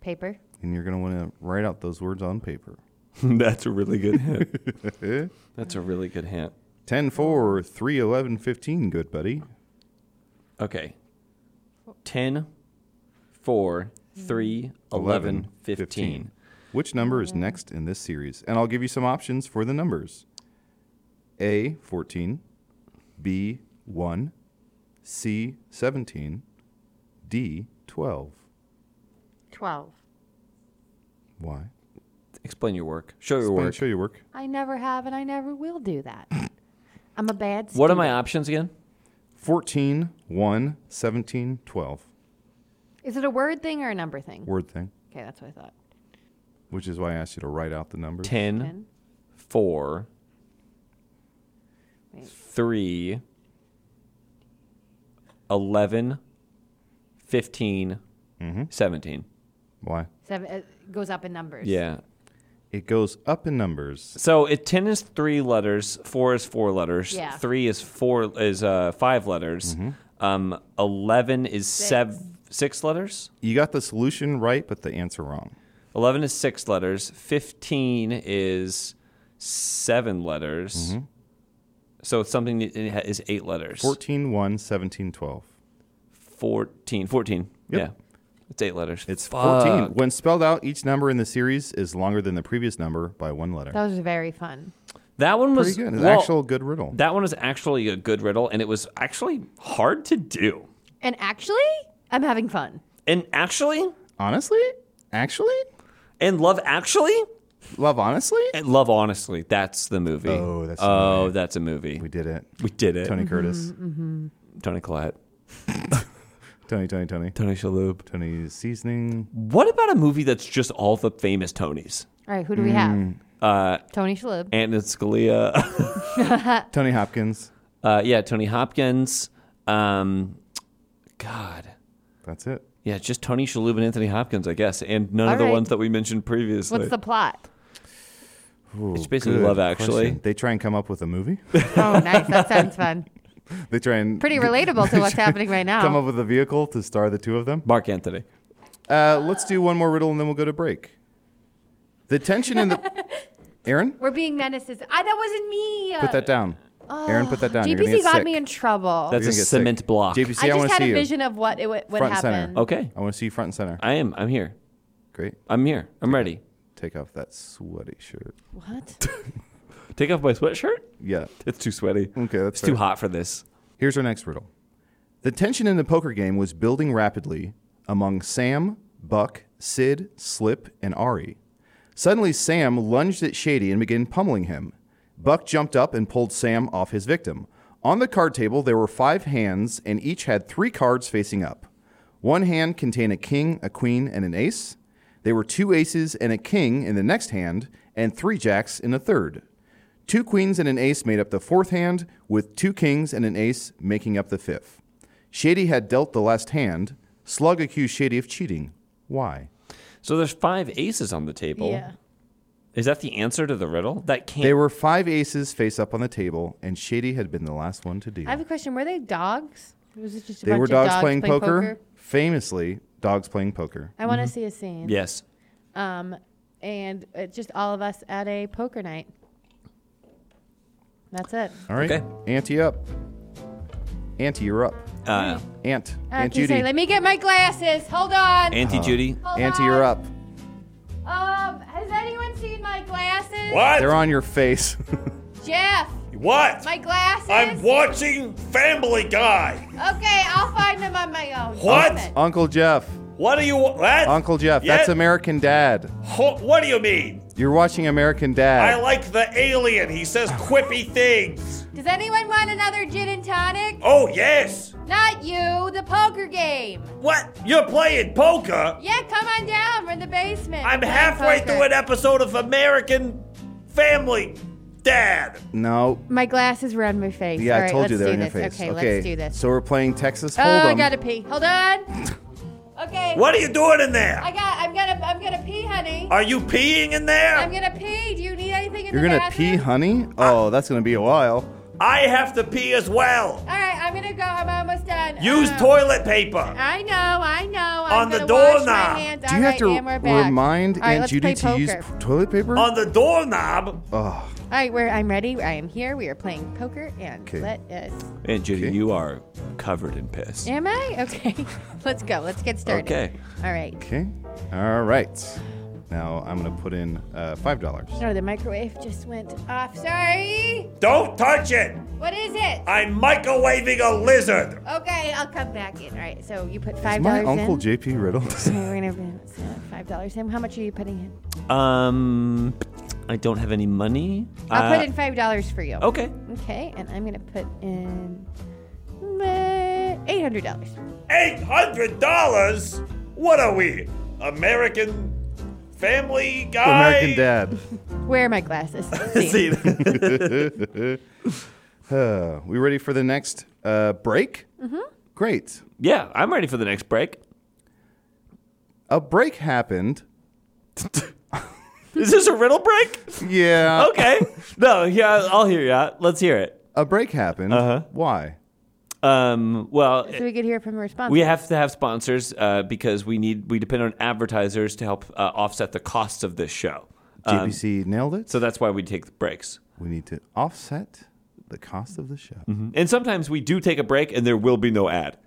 Paper. And you're going to want to write out those words on paper. *laughs* That's a really good hint. That's a really good hint. 10, 4, 3, 11, 15, good buddy. Okay. 10, 4, 3, 11, 15. Which number is next in this series? And I'll give you some options for the numbers A, 14, B, 1, C, 17, D, 12. 12. Why? Explain your work. Show your Explain- work. Show your work. I never have and I never will do that. I'm a bad What are my student. options again? 14, 1, 17, 12. Is it a word thing or a number thing? Word thing, Okay, that's what I thought. which is why I asked you to write out the numbers. 10, 4, 3, 11, 15, 17. Why? Seven it goes up in numbers. Yeah. It goes up in numbers. So it ten is three letters, four is four letters, Yeah. three is four is uh, five letters, um, eleven is sev- six letters. You got the solution right, but the answer wrong. 11 is six letters. 15 is seven letters. Mm-hmm. So it's something that it ha- is eight letters. 14, 1, 17, 12. 14. 14. Yep. Yeah. It's eight letters. It's Fuck. 14. When spelled out, each number in the series is longer than the previous number by one letter. That was very fun. That one was Pretty good. An well, actual good riddle. That one was actually a good riddle, and it was actually hard to do. And actually, I'm having fun. And actually, honestly? Actually? and love actually, *laughs* Love honestly? and love honestly. That's the movie. Oh, that's a oh, that's a movie. We We, did it. did it. Tony Mm-hmm. Tony, Tony Curtis. Collette, Tony, Tony, Tony. Tony Shalhoub. Tony Seasoning. What about a movie that's just all the famous Tonys? All right, who do we Mm, have? Uh, Tony Shalhoub. Antonin Scalia. Tony Hopkins. *laughs* Uh, yeah, Tony Hopkins. Um, God. That's it. Yeah, it's just Tony Shalhoub and Anthony Hopkins, I guess, and none All of the right. ones that we mentioned previously. What's the plot? it's basically Good Love Actually. question. They try and come up with a movie. *laughs* Oh, nice. That sounds fun. they try and Pretty relatable to what's happening right now. come up with a vehicle to star the two of them. Mark Anthony. Uh, let's do one more riddle and then we'll go to break. The tension in *laughs* the. Aaron, We're being menaces. I, that wasn't me. put that down. Aaron, put that down. You're gonna GPC get got sick. me in trouble. That's You're a gonna get cement sick. block. JPC, I I, want just to had see a you. vision of what it would what Front and center. Oh. happened. Okay, I want to see you front and center. I am. I'm here. Great. I'm here. I'm ready. Take off that sweaty shirt. What? Take off my sweatshirt. *laughs* Yeah. It's too sweaty. Okay, it's that's too fair. hot for this. Here's our next riddle. The tension in the poker game was building rapidly among Sam, Buck, Sid, Slip, and Ari. Suddenly, Sam lunged at Shady and began pummeling him. Buck jumped up and pulled Sam off his victim. On the card table, there were five hands, and each had three cards facing up. One hand contained a king, a queen, and an ace. There were two aces and a king in the next hand, and three jacks in the third. Two queens and an ace made up the fourth hand, with two kings and an ace making up the fifth. Shady had dealt the last hand. Slug accused Shady of cheating. Why? So there's five aces on the table. yeah. Is that the answer to the riddle? That can't. There were five aces face up on the table, and Shady had been the last one to I have deal. a question. Were they dogs? Or Was it just a They bunch were of dogs playing poker. Mm-hmm. Famously, dogs playing poker. I want to see a scene. yes. Um, and it's just all of us at a poker night. That's it. All right. Okay. Ante up. Ante, you're up. Uh, Ant. Uh, Aunt can you say, Judy. Let me get my glasses. Hold on. Auntie Judy. Hold Ante, on. you're up. Um, has anyone seen my glasses? They're What? on your face. Jeff, What? my glasses. I'm watching Family Guy. Okay, I'll find them on my own. What? Damn it. *laughs* Uncle Jeff. What do you wa- what? Uncle Jeff. That's Yeah. American Dad. Ho- what do you mean? You're watching American Dad. I like the alien. He says quippy things. Does anyone want another gin and tonic? Oh yes. Not you, the poker game. What? You're playing poker? Yeah, come on down. We're in the basement. I'm We're playing halfway poker. through an episode of American Family Dad. no. My glasses were on my face. Yeah, All right, I told let's you they're do in your this. face. Okay, let's do this. So we're playing Texas oh, Hold'em. I gotta pee. Hold *laughs* on. Okay. What are you doing in there? I got. I'm gonna. I'm gonna pee, honey. Are you peeing in there? I'm gonna pee. Do you need anything in You're the gonna bathroom? pee, honey? Oh, that's gonna be a while. I have to pee as well. All right, I'm gonna go. I'm almost done. Use Uh, toilet paper. I know, I know. On I'm the gonna wash doorknob. My hands. Do All you right, have and we're to back. remind All right, Aunt let's Judy play to use poker. p- toilet paper? On the doorknob. oh, All right, we're, I'm ready. I am here. We are playing poker, and Okay. let us. Aunt Judy, Okay. you are covered in piss. Am I okay? *laughs* let's go. Let's get started. Okay. All right. okay. All right. Now I'm gonna put in uh, five dollars. No, the microwave just went off. Sorry. Don't touch it. What is it? I'm microwaving a lizard. Okay, I'll come back in. All right. So you put five Is my dollars in. uncle JP Riddle? *laughs* Okay, *laughs* we're gonna put, uh, five dollars in. How much are you putting in? Um, I don't have any money. I'll Uh, oh. put in five dollars for you. Okay. Okay, and I'm gonna put in uh, eight hundred dollars. Eight hundred dollars. What are we? American Family Guy. American Dad. Where are my glasses? See, *laughs* Uh, we ready for the next uh, break? Mm-hmm. Great. *laughs* Yeah, I'm ready for the next break. A break happened. Is this a riddle break? Yeah. Okay. No, yeah, I'll hear you out. Let's hear it. A break happened. Uh-huh. Why? Um, well, So we could hear from a response. we have to have sponsors uh, because we need we depend on advertisers to help uh, offset the costs of this show. Um, JPC nailed it. so that's why we take the breaks. we need to offset the cost of the show. Mm-hmm. And sometimes we do take a break and there will be no ad.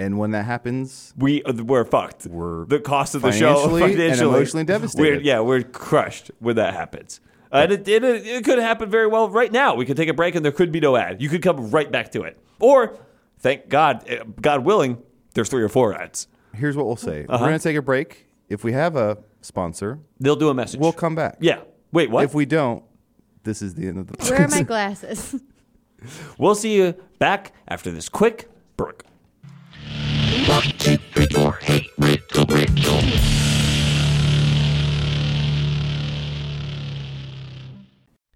And when that happens, We uh, we're fucked. We're the cost of the show financially and emotionally devastated. We're, yeah, we're crushed when that happens. Uh, and it, it, it could happen very well right now. We could take a break and there could be no ad. You could come right back to it. Or, thank God, uh, God willing, there's three or four ads. here's what we'll say. Uh-huh. We're going to take a break. If we have a sponsor, They'll do a message. we'll come back. Yeah. Wait, what? If we don't, this is the end of the *laughs* Where are my glasses? We'll see you back after this quick break.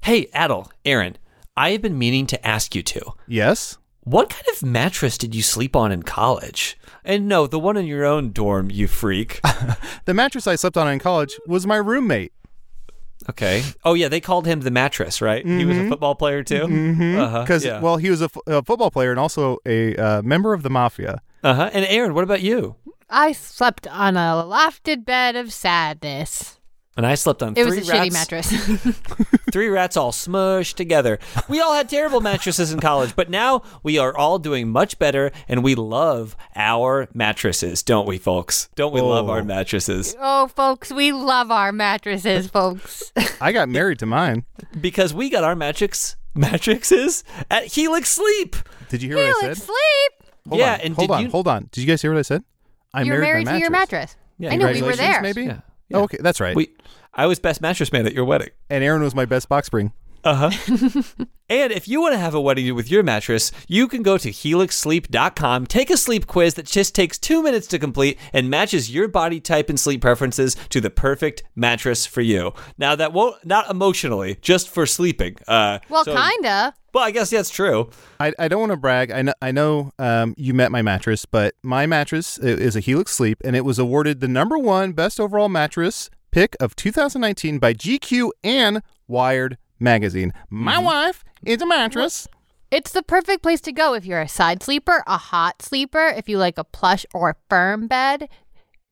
Hey, Adel, Aaron, I have been meaning to ask you two. Yes? What kind of mattress did you sleep on in college? And no, the one in your own dorm, you freak. The mattress I slept on in college was my roommate. Okay. Oh yeah, they called him the mattress, right? He was a football player too. Uh-huh. because yeah. well he was a, f- a football player and also a uh, member of the mafia Uh-huh. And Aaron, what about you? *laughs* I slept on a lofted bed of sadness. And I slept on It three was a rats, shitty mattress. *laughs* three rats all smushed together. We all had terrible mattresses in college, but now we are all doing much better and we love our mattresses, don't we folks? Don't we love our mattresses? oh, folks, we love *laughs* our mattresses, folks. i got married to mine Because we got our matrix mattresses at Helix Sleep. did you hear what i Felix, said sleep. hold yeah, on and hold did on you- hold on did you guys hear what i said i You're married, my to your mattress. Yeah, I know we were Congratulations, there. maybe Yeah, Oh, okay that's right We I was best mattress man at your wedding. and aaron was my best box spring Uh-huh. And if you want to have a wedding with your mattress, you can go to helixsleep.com, take a sleep quiz that just takes two minutes to complete and matches your body type and sleep preferences to the perfect mattress for you. Now, that won't, not emotionally, just for sleeping. Uh, Well, so- kinda. Well, I guess that's true. I, I don't want to brag. I know, I know um, you met my mattress, but my mattress i- is a Helix Sleep, and it was awarded the number one best overall mattress pick of 2019 by GQ and Wired magazine. My wife is a mattress. It's the perfect place to go if you're a side sleeper, a hot sleeper, if you like a plush or firm bed.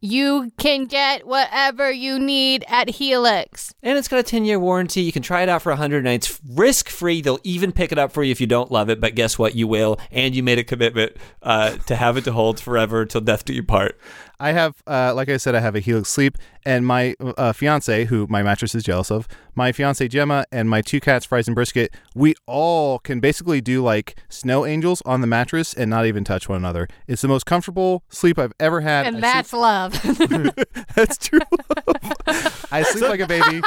You can get whatever you need at Helix. And it's got a 10 year warranty. You can try it out for 100 nights risk free. They'll even pick it up for you if you don't love it. But guess what? You will. And you made a commitment uh, to have it to hold forever till death do you part. I have, uh, like I said, I have a Helix Sleep, and my uh, fiance, who my mattress is jealous of, my fiance Gemma, and my two cats, Fries and Brisket, we all can basically do like snow angels on the mattress and not even touch one another. It's the most comfortable sleep I've ever had. I And sleep- that's love. *laughs* That's true. love. I sleep like a baby.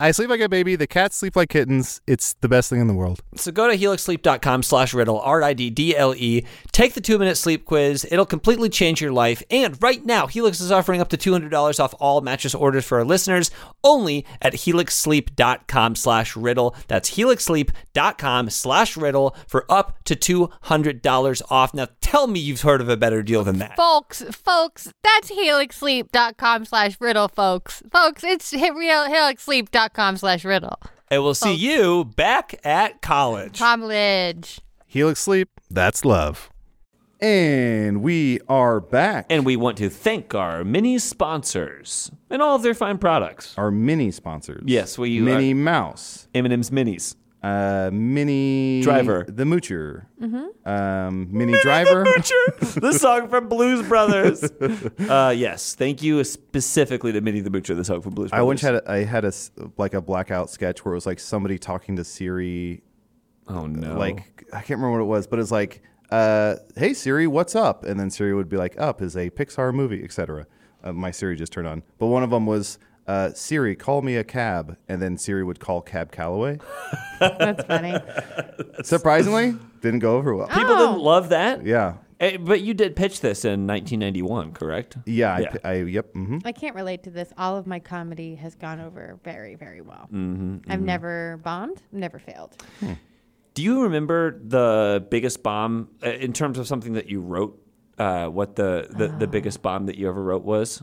I sleep like a baby. The cats sleep like kittens. It's the best thing in the world. So go to helixsleep.com slash riddle, R-I-D-D-L-E. E. Take the two-minute sleep quiz. It'll completely change your life. And right now, Helix is offering up to $200 off all mattress orders for our listeners only at helixsleep.com slash riddle. That's helixsleep.com slash riddle for up to $200 off. Now tell me you've heard of a better deal than that. folks, folks, that's helixsleep.com slash riddle, folks. Folks, it's he- real helixsleep.com slash riddle. And we'll see you back at college. Comledge. Helix Sleep. That's love. And we are back. And we want to thank our mini sponsors and all of their fine products. our mini sponsors. Yes, we Mini are- Mouse, M&M's Minis. uh, Mini Driver. the Moocher, mm-hmm. um, Mini, Driver, the song from Blues *laughs* Brothers. Uh, yes, thank you specifically to Minnie the Butcher, the song from Blues Brothers. I once had a, I had a s- like a blackout sketch where it was like somebody talking to Siri oh no, like I can't remember what it was, but it's like, uh, "Hey Siri, what's up?" And then Siri would be like, "Up is a Pixar movie, etc." Uh, my Siri just turned on, but one of them was uh, Siri, call me a cab, and then Siri would call Cab Calloway. That's funny. Surprisingly, didn't go over well. people didn't love that. Yeah, Eh, but you did pitch this in 1991, correct? yeah, I Yeah. I, yep. hmm I can't relate to this. All of my comedy Mm-hmm, has gone over very, very well. I've never bombed, never failed. Do you remember the biggest bomb uh, in terms of something that you wrote? Uh, what the, the, the biggest bomb that you ever wrote was?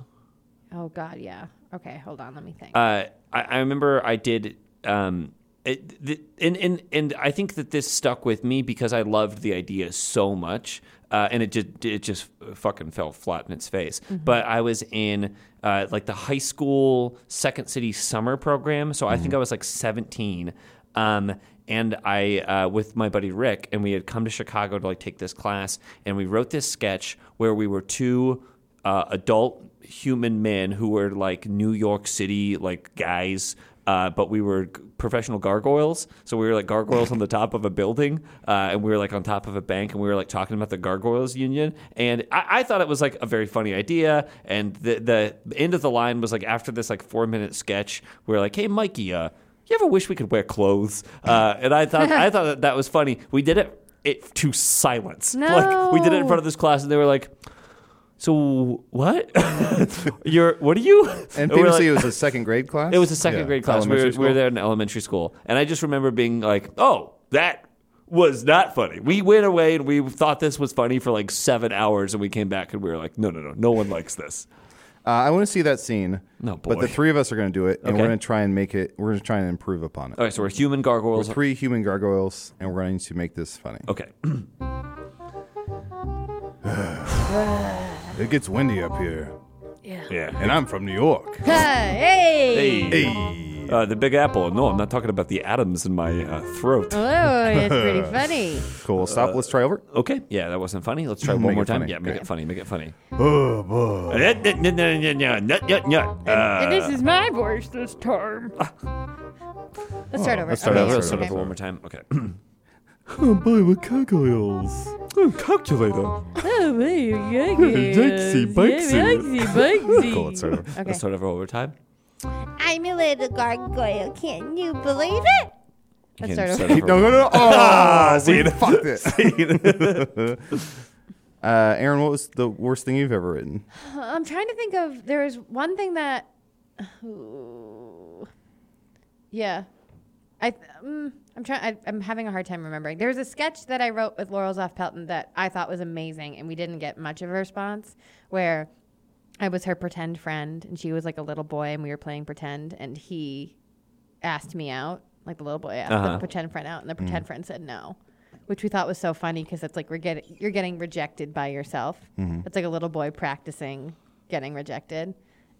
Oh God, yeah. Okay, hold on. Let me think. Uh, I, I remember I did, um, it, th- and and and I think that this stuck with me because I loved the idea so much, uh, and it just it just fucking fell flat in its face. Mhm. But I was in uh, like the high school second city summer program, so I think I was like seventeen. Um, and I, uh, with my buddy Rick, and we had come to Chicago to like take this class, and we wrote this sketch where we were two uh, adult human men who were like New York City like guys, uh, but we were g- professional gargoyles. So we were like gargoyles on the top of a building, uh, and we were like on top of a bank, and we were like talking about the gargoyles union. And I, I thought it was like a very funny idea. And the the end of the line was like after this like four minute sketch, we were like, "Hey, Mikey, uh, you ever wish we could wear clothes?" Uh, and I thought I thought that, that was funny. We did it. It to silence. Like we did it in front of this class, and they were like, so what? You're what are you? And we're famously, like- it *laughs* was a second grade class. It was a second grade class. We were, Elementary we were school. there in elementary school, and I just remember being like, "Oh, that was not funny." We went away and we thought this was funny for like seven hours, and we came back and we were like, "No, no, no, no one likes this." Uh, I want to see that scene. No, but the boy. three of us are going to do it, and Okay. we're going to try and make it. We're going to try and improve upon it. All right, so we're human gargoyles. We're three human gargoyles, and we're going to make this funny. Okay. It gets windy up here. Yeah. Yeah. And I'm from New York. hey. Hey, Uh, the Big Apple. No, I'm not talking about the atoms in my uh, throat. Oh, *laughs* that's pretty funny. Cool. Stop. Let's try over. Okay. Yeah, that wasn't funny. Let's try Make one it more time. funny. Yeah, make it funny. Make it funny. Oh, boy. And Uh, and this is my voice this time. Let's start over. Ah. Let's start Okay, over. yeah, Let's start okay. over one more time. Okay. Oh, boy, with gargoyles. Oh, calculator. Oh, *laughs* hey, Yankees. Yikesy, bikesy. Yeah, *laughs* bikesy. Cool, let's start over. Okay. *clears throat* Let's start over one more time. I'm a little gargoyle. Can't you believe it? Let's start over. No, no, *laughs* no. Ah, Oh, see we it. fucked *laughs* it. See it. uh, Aaron, what was the worst thing you've ever written? I'm trying to think of. There is one thing that. Ooh. yeah, I. th- Mm, I'm trying. I, I'm having a hard time remembering. There was a sketch that I wrote with Laurel Zoff Pelton that I thought was amazing, and we didn't get much of a response. Where I was her pretend friend, and she was like a little boy, and we were playing pretend, and he asked me out. Like the little boy asked Uh-huh. the pretend friend out, and the pretend Mm. friend said no, which we thought was so funny because it's like we're getting you're getting rejected by yourself. Mhm. It's like a little boy practicing getting rejected,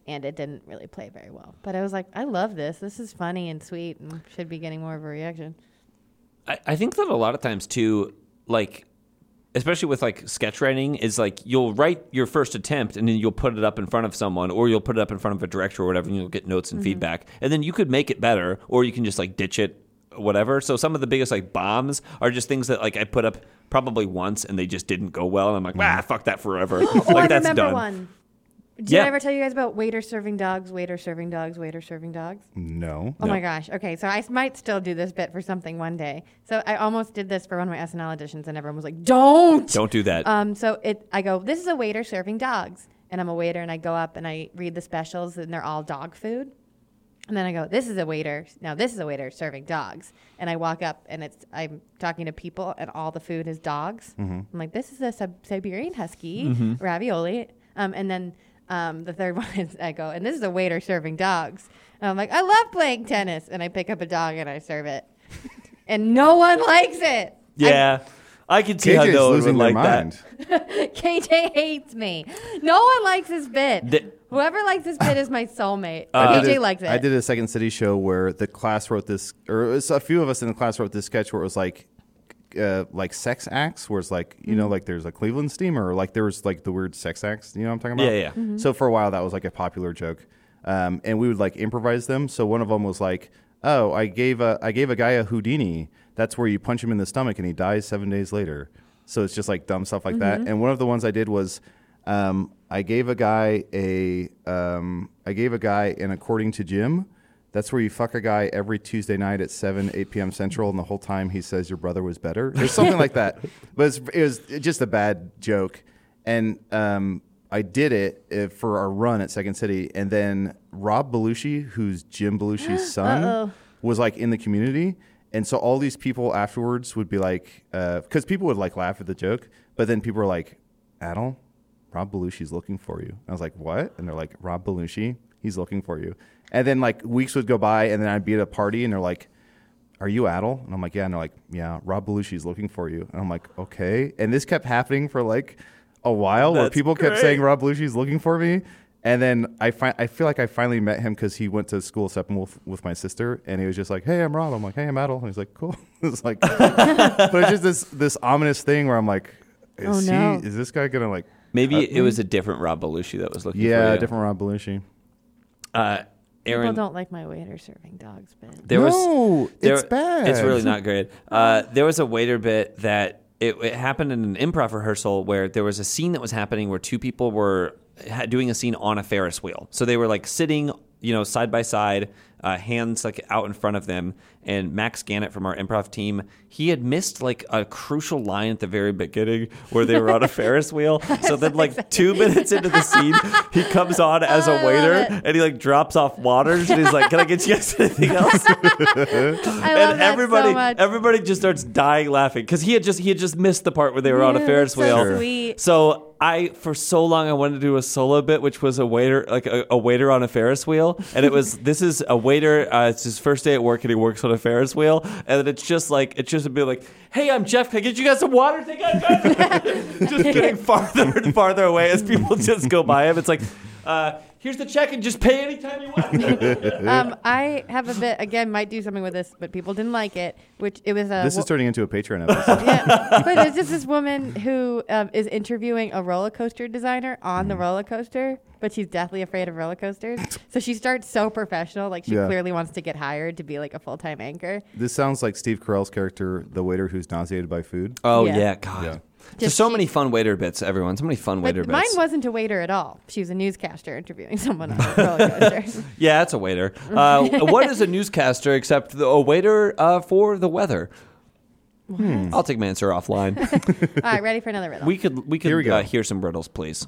and it didn't really play very well. But I was like, I love this. This is funny and sweet, and should be getting more of a reaction. I, I think that a lot of times too, like especially with like sketch writing, is like you'll write your first attempt and then you'll put it up in front of someone or you'll put it up in front of a director or whatever and you'll get notes and Mm-hmm. Mhm. feedback. And then you could make it better or you can just like ditch it whatever. So some of the biggest like bombs are just things that like I put up probably once and they just didn't go well and I'm like, ah, fuck that *laughs* forever. Oh, like I that's remember done. one. Did Yeah. I ever tell you guys about waiter serving dogs? Waiter serving dogs. Waiter serving dogs. No. Oh my gosh. Okay, so I s- might still do this bit for something one day. So I almost did this for one of my SNL auditions, and everyone was like, "Don't, Don't do that. Um, so it, I go, "This is a waiter serving dogs," and I'm a waiter, and I go up and I read the specials, and they're all dog food. And then I go, "This is a waiter. Now this is a waiter serving dogs," and I walk up, and it's I'm talking to people, and all the food is dogs. Mhm. I'm like, "This is a Sib- Siberian Husky Mhm. ravioli," um, and then. Um, the third *laughs* one is I go, and this is a waiter serving dogs. And I'm like, I love playing tennis. And I pick up a dog and I serve it. *laughs* and no one likes it. Yeah. I, could see how KJ's no one would losing their like mind. that. KJ hates me. No one likes this bit. The- Whoever likes this bit is my soulmate. Uh, Uh, I did KJ a- likes it. I did a second city show where the class wrote this, or it was a few of us in the class wrote this sketch where it was like, uh, like sex acts, where it's like you know, like there's a Cleveland steamer, or like there was like the weird sex acts. You know what I'm talking about? Yeah, yeah. Mhm. So for a while, that was like a popular joke, um, and we would like improvise them. So one of them was like, "Oh, I gave a I gave a guy a Houdini. That's where you punch him in the stomach and he dies seven days later." So it's just like dumb stuff like that. Mhm. And one of the ones I did was um, I gave a guy a um, I gave a guy an according to Jim. That's where you fuck a guy every Tuesday night at seven eight p.m. Central, and the whole time he says your brother was better or something like that. But it's, it was just a bad joke, and um, I did it uh, for our run at Second City, and then Rob Belushi, who's Jim Belushi's son, Uh-oh. was like in the community. And so all these people afterwards would be like, because people would like laugh at the joke, but then people were like, Adel, Rob Belushi's looking for you. I was like, what? And they're like, Rob Belushi, he's looking for you. And then like weeks would go by, and then I'd be at a party, and they're like, are you Adel? And I'm like, yeah. And they're like, yeah, Rob Belushi's looking for you. And I'm like, okay. And this kept happening for like a while where That's people kept great. saying Rob Belushi's looking for me. And then I fi- I feel like I finally met him because he went to school at Steppenwolf with my sister, and he was just like, "Hey, I'm Rob." I'm like, "Hey, I'm Adel." And he's like, "Cool." *laughs* *laughs* it's like, but it's just this this ominous thing where I'm like, "Is Oh, no. he? Is this guy gonna like?" Maybe cut it me? was a different Rob Belushi that was looking for Uh, mm. yeah, you. different Rob Belushi. Uh, People Aaron, don't like my waiter serving dogs, but There No, was there- it's bad. It's really not good. Uh, there was a waiter bit that it, it happened in an improv rehearsal where there was a scene that was happening where two people were ha- doing a scene on a Ferris wheel. So they were like sitting, you know, side by side, uh, hands like out in front of them. And Max Gannett from our improv team, he had missed like a crucial line at the very beginning where they were *laughs* on a Ferris wheel. So then, like two minutes into the scene, he *laughs* comes on as a waiter and he like drops off *laughs* waters and he's like, "Can I get you guys *laughs* anything else?" I love and that so everybody much. everybody just starts dying laughing because he had just he had just missed the part where they were on a Yeah, Ferris that's so wheel. Sure. sweet. So I for so long I wanted to do a solo bit, which was a waiter like a, a waiter on a Ferris wheel, and it was this is a waiter. Uh, it's his first day at work, and he works on a Ferris wheel, and then it's just like it's just be like, hey, I'm Jeff. Can I get you guys some water? Take *laughs* just getting farther and farther away as people just go by him. It's like. Uh, Here's the check, and just pay anytime you want. um, I have a bit again. Might do something with this, but people didn't like it. Which it was a This wo- is turning into a Patreon episode. *laughs* but there's just this woman who um, is interviewing a roller coaster designer on Mm. the roller coaster, but she's deathly afraid of roller coasters. so she starts so professional, like she Yeah. clearly wants to get hired to be like a full time anchor. This sounds like Steve Carell's character, the waiter who's nauseated by food. Oh Yeah. yeah, God. There's Just so many fun waiter bits, everyone. So many fun But waiter bits. mine wasn't a waiter at all. She was a newscaster interviewing someone on a roller *laughs* coaster. yeah, that's a waiter. *laughs* Uh, what is a newscaster except the, a waiter uh, for the weather? I'll take my answer *laughs* offline. all right, ready for another riddle? we could we could Here we go. Uh, hear some riddles, please.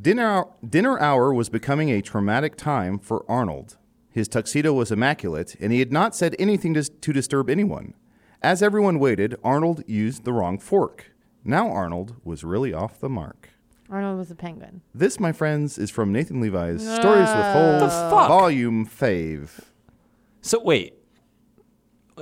Dinner hour, dinner hour was becoming a traumatic time for Arnold. His tuxedo was immaculate, and he had not said anything to, to disturb anyone. As everyone waited, Arnold used the wrong fork. Now Arnold was really off the mark. Arnold was a penguin. This, my friends, is from Nathan Levi's Stories with Holes, Ah. The fuck? Volume Fave. So wait,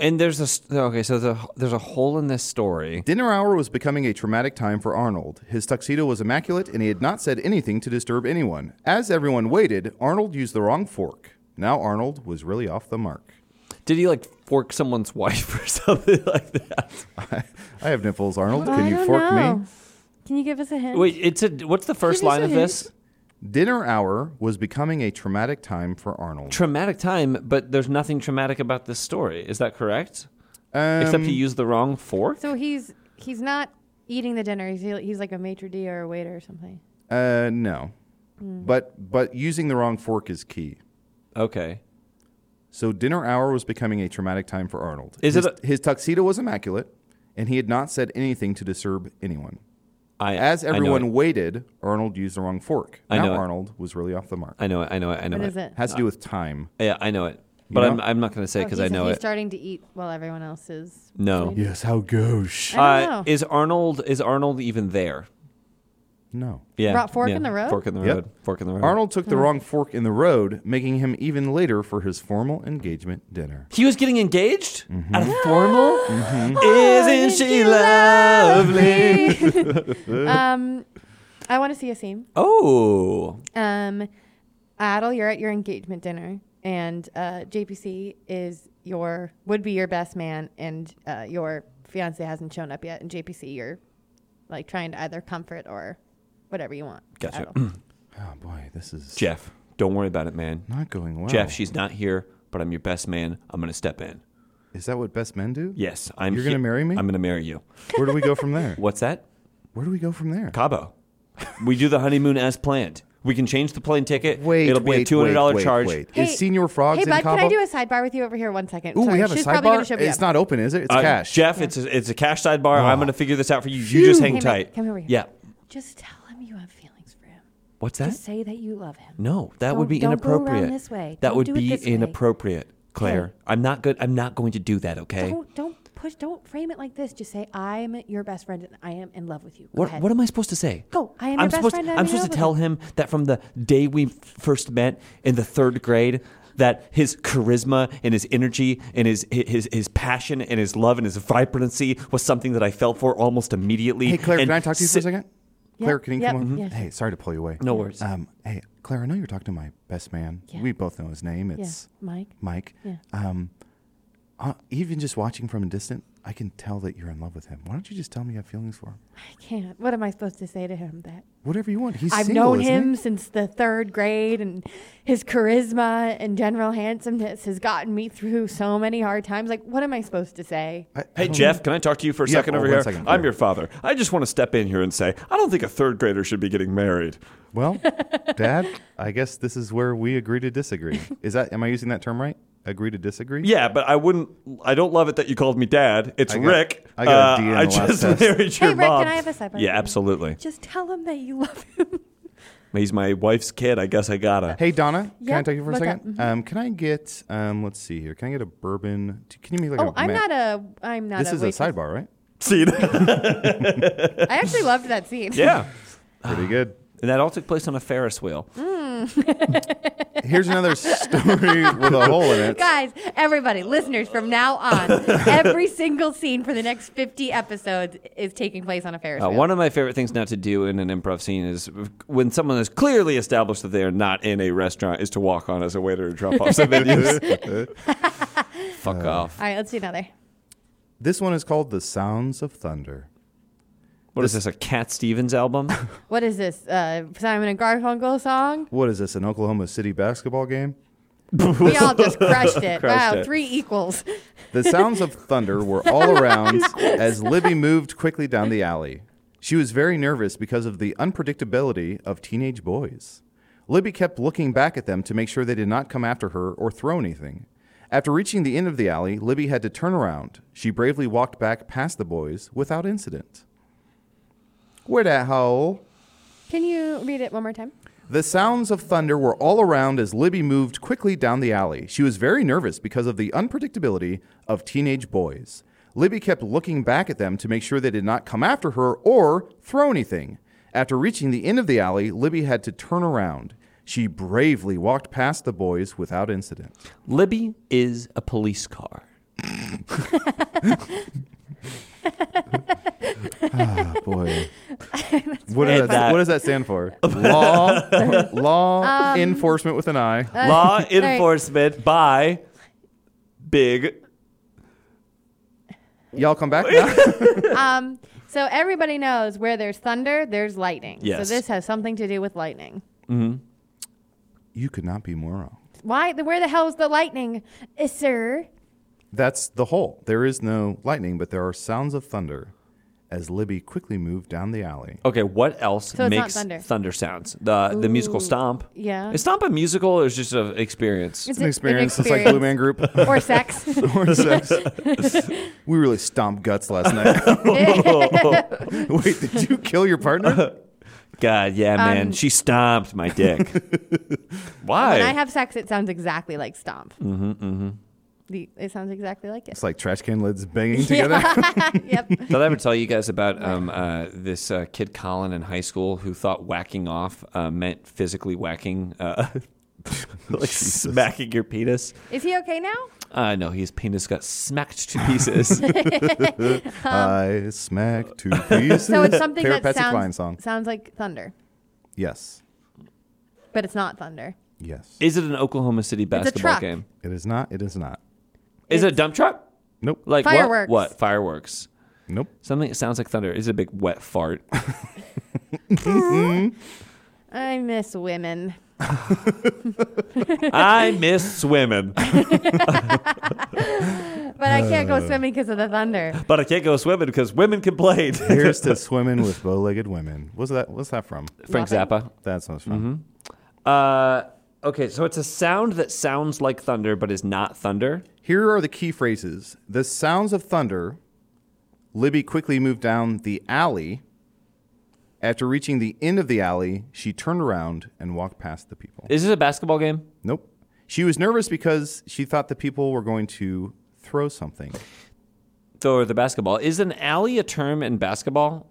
and there's a s- okay. So there's a, there's a hole in this story. Dinner hour was becoming a traumatic time for Arnold. His tuxedo was immaculate, and he had not said anything to disturb anyone. As everyone waited, Arnold used the wrong fork. Now Arnold was really off the mark. Did he like fork someone's *laughs* wife or something like that? I have nipples, Arnold. Well, Can I you don't fork know. me? Can you give us a hint? Wait, it's a what's the first Give me line of some this? Dinner hour was becoming a traumatic time for Arnold. Traumatic time, but there's nothing traumatic about this story. Is that correct? Except he Um, used the wrong fork. So he's he's not eating the dinner. He's he's like a maitre d' or a waiter or something. Uh, no. Hmm. But but using the wrong fork is key. Okay. So dinner hour was becoming a traumatic time for Arnold. Is his, it his tuxedo was immaculate, and he had not said anything to disturb anyone. I, As I know everyone it. waited, Arnold used the wrong fork. I now know it. Arnold was really off the mark. I know it. I know it. I know What it. is it? Has to do with time. Yeah, I know it. You But know? I'm, I'm not going to say Oh, because I he's- know he's it. starting to eat while everyone else is. No. Uh, waiting. Yes, how gauche. I don't know. is Arnold is Arnold even there? No. Yeah. Brought fork yeah. in the road? Fork in the Yep. road. Fork in the road. Arnold took the Oh. wrong fork in the road, making him even later for his formal engagement dinner. He was getting engaged Mm-hmm. at a formal. Isn't she lovely? um, I want to see a scene. oh. Um, Adel, you're at your engagement dinner, and uh, JPC is your would be your best man, and uh, your fiance hasn't shown up yet, and JPC you're like trying to either comfort or whatever you want. Gotcha. Oh boy, this is Jeff, don't worry about it, man. Not going well. Jeff, she's not here, but I'm your best man. I'm going to step in. Is that what best men do? Yes, I'm. You're gonna he- marry me? I'm going to marry you. Where do we go from there? What's that? Where do we go from *laughs* there? Cabo. we do the honeymoon as planned. We can change the plane *laughs* ticket. Wait, it'll be wait, a two hundred dollar wait, wait, charge. Wait. Hey- is Senior Frogs hey, in bud, Cabo? can I do a sidebar with you over here one second? Ooh, Sorry, we have a she's probably gonna sidebar. show me It's up. not open, is it? It's Uh, cash. Jeff, it's a, it's a cash sidebar. I'm going to figure this out for you. You just hang Hey, Mike, tight. come over here. Yeah. Just tell him you have feelings for him. What's that? Just say that you love him. No, that Don't- would be don't go around inappropriate. this way. That Don't would do it be this way. inappropriate. Claire. I'm not good. I'm not going to do that. Okay. Don't don't push. Don't frame it like this. Just say I'm your best friend and I am in love with you. Go What ahead. What am I supposed to say? Go. I am your I'm best supposed. friend. I'm supposed to tell him that from the day we first met in the third grade, that his charisma and his energy and his his his passion and his love and his vibrancy was something that I fell for almost immediately. Hey, Claire, And can I talk to you for a si- second? Yeah, Claire, can you yep, come on? yeah. Hey, sorry to pull you away. No worries. Um, hey, Claire, I know you're talking to my best man. We both know his name. Yeah, It's Mike. Mike. Yeah. Um, uh, even just watching from a distance, I can tell that you're in love with him. Why don't you just tell me you have feelings for him? I can't. What am I supposed to say to him? That Whatever you want. He's I've single, known isn't he? him since the third grade, and his charisma and general handsomeness has gotten me through so many hard times. Like, what am I supposed to say? Hey Jeff, can I talk to you for a Yeah, second oh, over one here? second, I'm Claire. your father. I just want to step in here and say I don't think a third grader should be getting married. *laughs* Well, Dad, I guess this is where we agree to *laughs* disagree. Is that? Am I using that term right? Agree to disagree? Yeah, but I wouldn't. I don't love it that you called me dad. It's I got- Rick. I got a Uh, D in the I last just test. married Hey, your Rick, mom. can I have a side by Yeah, side? absolutely. Just tell him that you love him. He's my wife's kid. I guess I gotta. *laughs* Hey Donna, can Yeah, I take you for a what's up? Mm-hmm. second? Um, can I get? Um, let's see here. Can I get a bourbon? t- Can you make like oh, a? I'm ma- not a. I'm not. This a is waitress. a sidebar, *sighs* right? See I actually loved that scene. Yeah. Pretty good. And that all took place on a Ferris wheel. Mm. Here's another story with a hole in it. Guys, everybody, listeners, from now on, every single scene for the next 50 episodes is taking place on a Ferris Uh, wheel. one of my favorite things not to do in an improv scene is when someone has clearly established that they are not in a restaurant is to walk on as a waiter to drop off *laughs* some menus. Fuck Uh, off. All right, let's do another. This one is called "The Sounds of Thunder." What is this? A Cat Stevens album? What is this? Uh, Simon and Garfunkel song? What is this? An Oklahoma City basketball game? We all just crushed it. Crushed wow, it. three equals. *laughs* The sounds of thunder were all around as Libby moved quickly down the alley. She was very nervous because of the unpredictability of teenage boys. Libby kept looking back at them to make sure they did not come after her or throw anything. After reaching the end of the alley, Libby had to turn around. She bravely walked back past the boys without incident. Where that hole? Can you read it one more time? The sounds of thunder were all around as Libby moved quickly down the alley. She was very nervous because of the unpredictability of teenage boys. Libby kept looking back at them to make sure they did not come after her or throw anything. After reaching the end of the alley, Libby had to turn around. She bravely walked past the boys without incident. Libby is a police car. Ah, *laughs* boy. what, pretty does that, funny. what does that stand for? law law Um, enforcement with an I. uh, Law all *laughs* right. enforcement by Big. Y'all come back now? Um, so everybody knows where there's thunder, there's lightning. Yes. So this has something to do with lightning. you could not be more wrong. Why? the- Where the hell is the lightning, uh, sir? That's the hole. There is no lightning, but there are sounds of thunder as Libby quickly moved down the alley. Okay, what else So it's not makes thunder. sounds? The the musical Ooh. stomp. Yeah. Is stomp a musical or is it just an experience? It's It's an an experience. It's like experience. Blue Man Group. *laughs* *laughs* Or sex. *laughs* Or sex. we really stomped guts last *laughs* night. Wait, did you kill your partner? God, yeah, man. Um, she stomped my *laughs* dick. Why? When I have sex, it sounds exactly like stomp. mm-hmm, mm-hmm. The, it sounds exactly like it. *laughs* It's like trash can lids banging together. Yeah. yep. Thought I would tell you guys about um, uh, this uh, kid Colin in high school who thought whacking off uh, meant physically whacking, uh, *laughs* like smacking your penis. Is he okay now? Uh, no, his penis got smacked to *laughs* pieces. I smack two pieces. So it's something Favorite that Patsy Cline sounds, song. sounds like thunder, Yes. but it's not thunder. Yes. is it an Oklahoma City basketball truck. game? It is not. It is not. Is it a dump truck? Nope. Like Fireworks. What? what? Fireworks. Nope. Something that sounds like thunder. Is it a big wet fart? *laughs* I miss women. I miss swimming, But I can't Uh. go swimming because of the thunder. but I can't go swimming because women *laughs* complain. Here's to swimming with bow-legged women. What's that? What's that from? Frank Zappa. That's what's from. Uh, okay, so it's a sound that sounds like thunder but is not thunder. Here are the key phrases The sounds of thunder. Libby quickly moved down the alley. After reaching the end of the alley, she turned around and walked past the people. Is this a basketball game? Nope. She was nervous because she thought the people were going to throw something. Throw the basketball. Is an alley a term in basketball?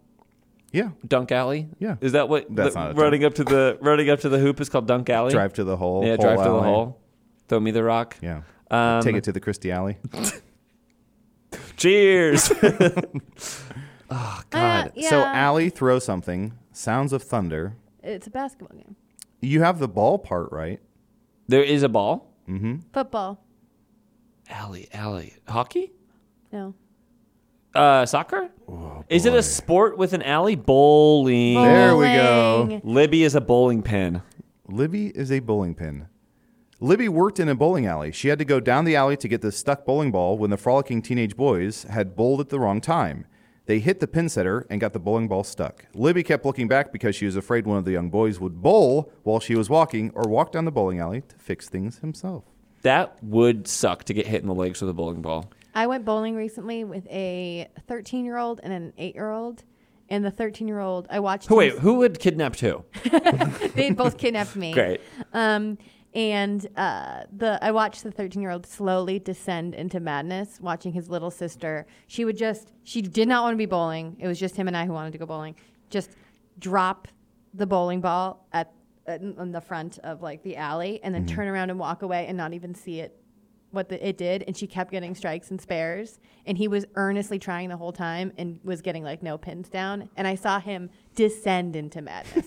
Yeah. Dunk alley? Yeah. Is that what That's the- not a term. running up to the running up to the hoop is called dunk alley? Drive to the hole, Yeah, hole drive to the alley. hole. Throw me the rock. Yeah. Um, Take it to the Christie Alley. *laughs* Cheers. oh God. So yeah. Alley throw something. Sounds of thunder. It's a basketball game. You have the ball part right. There is a ball. Mm-hmm. Football. Alley, alley. Hockey? No. Uh, soccer? Oh, is it a sport with an alley? Bowling. There we go. Libby is a bowling pin. Libby is a bowling pin. Libby worked in a bowling alley. She had to go down the alley to get the stuck bowling ball when the frolicking teenage boys had bowled at the wrong time. They hit the pin setter and got the bowling ball stuck. Libby kept looking back because she was afraid one of the young boys would bowl while she was walking or walk down the bowling alley to fix things himself. That would suck to get hit in the legs with a bowling ball. I went bowling recently with a 13 year old and an 8 year old. And the 13 year old, I watched. Who, wait, him- who would kidnap who? *laughs* they both kidnapped me. *laughs* Great. Um, and uh, the I watched the 13 year old slowly descend into madness, watching his little sister. She would just she did not want to be bowling. It was just him and I who wanted to go bowling. Just drop the bowling ball at, at on the front of like the alley, and then Mhm. turn around and walk away and not even see it. What the, it did, and she kept getting strikes and spares, and he was earnestly trying the whole time, and was getting like no pins down. And I saw him descend into madness.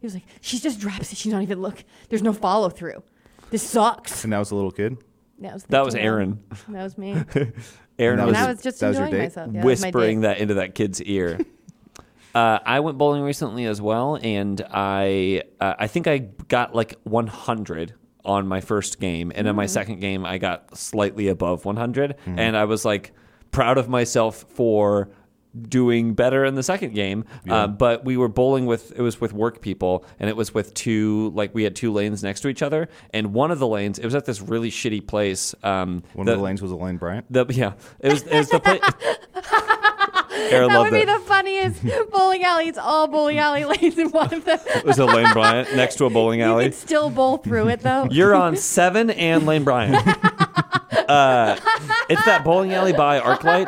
He was like, she just drops it. She's not even look. There's no follow through. This sucks. And that was a little kid. That was, That was 13. Aaron. That was *laughs* me. Aaron And I was, was just That was your enjoying date? myself. Yeah, that was my whispering date. that into that kid's ear. uh, I went bowling recently as well, and I uh, I think I got like 100 on my first game, and in my second game I got slightly above 100, and I was like proud of myself for doing better in the second game. Uh, but we were bowling with it was with work people, and it was with two like we had two lanes next to each other, and one of the lanes it was at this really shitty place. Um, One of the lanes was Elaine Bryant. the yeah, it was it was the *laughs* place. Aaron that would loved be it. the funniest bowling alley. It's all bowling alley lanes in one of them. It *laughs* was a Lane Bryant next to a *laughs* bowling alley. Still bowl through it though. You're on seven and Lane *laughs* Bryant. uh, it's that bowling alley by ArcLight.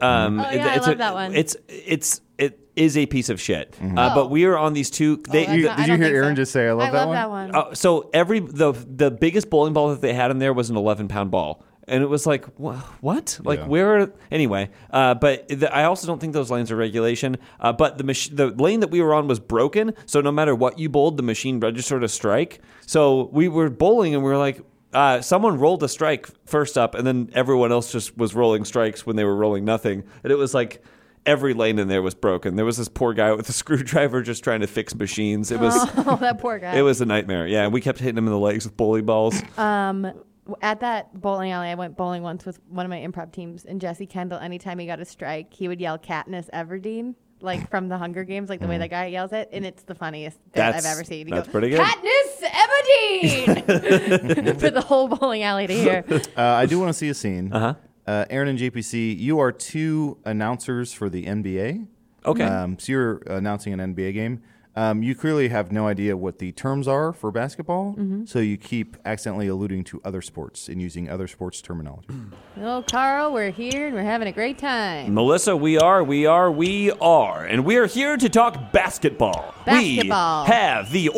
Um, Oh, yeah, I it's love a- that one. Oh. It's it's it is a piece of shit. Uh, But we were on these two. They, that's You- not- I did you don't hear think Aaron so. just say, I love love that one." that Uh, so every the the biggest bowling ball that they had in there was an 11 pound ball. And it was like, wha- what? Like, where? Are, anyway, uh, but the, I also don't think those lanes are regulation. Uh, but the mach- the lane that we were on was broken, so no matter what you bowled, the machine registered a strike. So we were bowling, and we were like, uh, someone rolled a strike first up, and then everyone else just was rolling strikes when they were rolling nothing. And it was like every lane in there was broken. There was this poor guy with a *laughs* screwdriver just trying to fix machines. It was *laughs* oh, that poor guy. it was a nightmare. Yeah, we kept hitting him in the legs with bowling *laughs* balls. Um, w- at that bowling alley, I went bowling once with one of my improv teams, and Jesse Kendall. Anytime he got a strike, he would yell "Katniss Everdeen," like from the Hunger Games, like the Mm-hmm. way that guy yells it, and it's the funniest bit I've That's- ever seen. He that's goes, pretty good. Katniss *laughs* Everdeen for the whole bowling alley to hear. uh, I do want to see a scene. Uh-huh. Aaron and JPC, you are two announcers for the NBA. Okay. Um, so you're announcing an NBA game. Um, you clearly have no idea what the terms are for basketball, Mhm. so you keep accidentally alluding to other sports and using other sports *clears throat* terminology. Oh, Carl, we're here and we're having a great time. Melissa, we are, we are, we are, and we are here to talk basketball. Basketball. We have the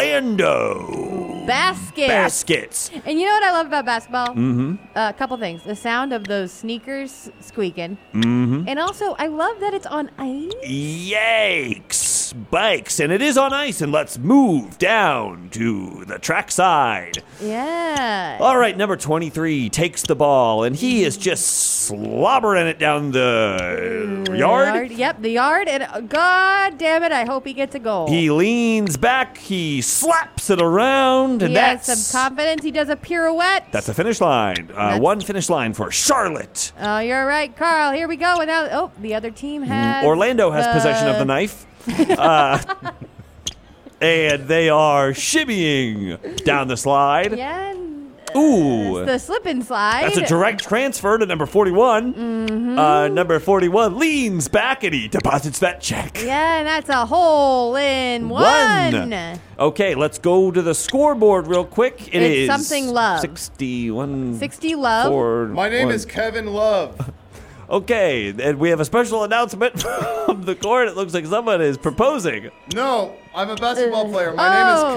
Orlando Basket. Baskets. And you know what I love about basketball? Mm-hmm. Uh, a couple things. The sound of those sneakers squeaking. Mm-hmm. And also, I love that it's on ice. Yikes! Bikes, and it is on ice, and let's move down to the track side. Yeah. All right, number 23 takes the ball, and he is just slobbering it down the yard. Yep, the Mm, yard. And uh, God damn it, I hope he gets a goal. He leans back, he slaps it around, and He has that's, some confidence. He does a pirouette. that's a finish line. Uh, one finish line for Charlotte. Oh, you're right, Carl. Here we go. And now, oh, the other team has. Orlando has possession of the *laughs* knife. uh, and they are shimmying down the slide. Yeah. and, uh, Ooh. The slip and slide. That's a direct transfer to number 41. Mhm. Uh, number 41 leans back and he deposits that check. Yeah, and that's a hole in One. one. Okay, let's go to the scoreboard real quick. It It's is something love. 61. 60 love. Four, one. Kevin Love. Okay, and we have a special announcement *laughs* from the court. It looks like someone is proposing. No, I'm a basketball player. Oh.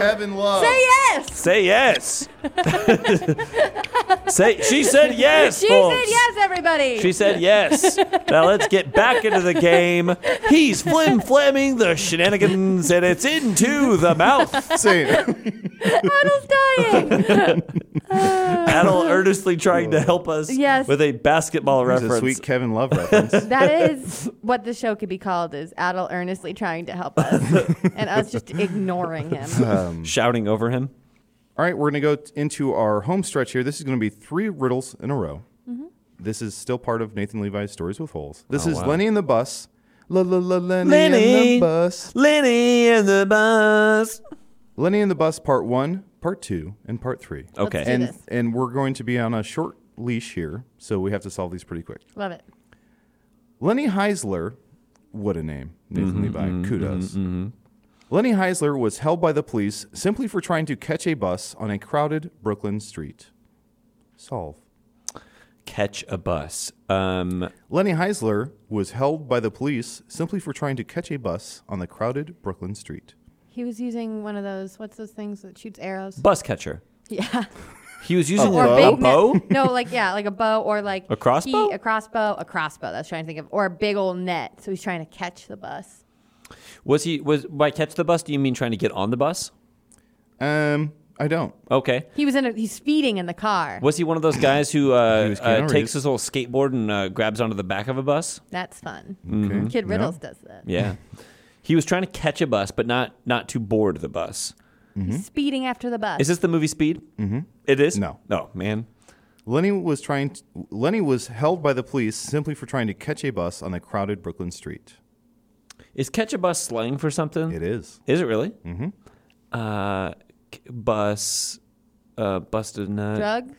*laughs* Say yes. Say *laughs* yes. Say she said yes. She folks. said yes, everybody. She said yes. now let's get back into the game. He's flim flamming the shenanigans, and it's into the mouth. *laughs* Adel's dying. Adel earnestly trying to help us Yes. with a basketball That was a reference. sweet *laughs* Kevin Love reference. *laughs* that is what the show could be called is Adel earnestly trying to help *laughs* us and us just ignoring him. Shouting over him. All right, we're going to go t- into our home stretch here. This is going to be three riddles in a row. Mhm. This is still part of Nathan Levi's Stories with Holes. This Oh, is wow. Lenny and the Bus. La, la, la, Lenny, Lenny. and the Bus. Lenny and the Bus. Lenny and the Bus, part one, part two, and part three. Okay. Let's do And, this. and we're going to be on a short leash here, so we have to solve these pretty quick. Love it. Lenny Heisler, what a name, Nathan Mhm, Levi, mhm, kudos. mhm, mhm. Lenny Heisler was held by the police simply for trying to catch a bus on a crowded Brooklyn street. Solve. Catch a bus. Um, Lenny Heisler was held by the police simply for trying to catch a bus on the crowded Brooklyn street. He was using one of those what's those things that shoots arrows? Bus catcher. Yeah. He was using Or a big bow? net. No, like yeah, like a bow or like A crossbow? he- a crossbow, a crossbow. That's trying to think of, or a big old net. So he's trying to catch the bus. Was he was by catch the bus? Do you mean trying to get on the bus? Um, I don't. Okay. He was in. A, he's speeding in the car. Was he one of those guys who uh, Keanu uh, Reeves. takes his little skateboard and uh, grabs onto the back of a bus? That's fun. Mhm. Kid Riddles does that. Yeah. *laughs* he was trying to catch a bus, but not not to board the bus. Speeding after the bus. Is this the movie Speed? Mm-hmm. It is? No. No, man. Lenny was trying t Lenny was held by the police simply for trying to catch a bus on a crowded Brooklyn street. Is catch a bus slang for something? It is. Is it really? Mm-hmm. Uh, c- bus, uh, busted nut. drug?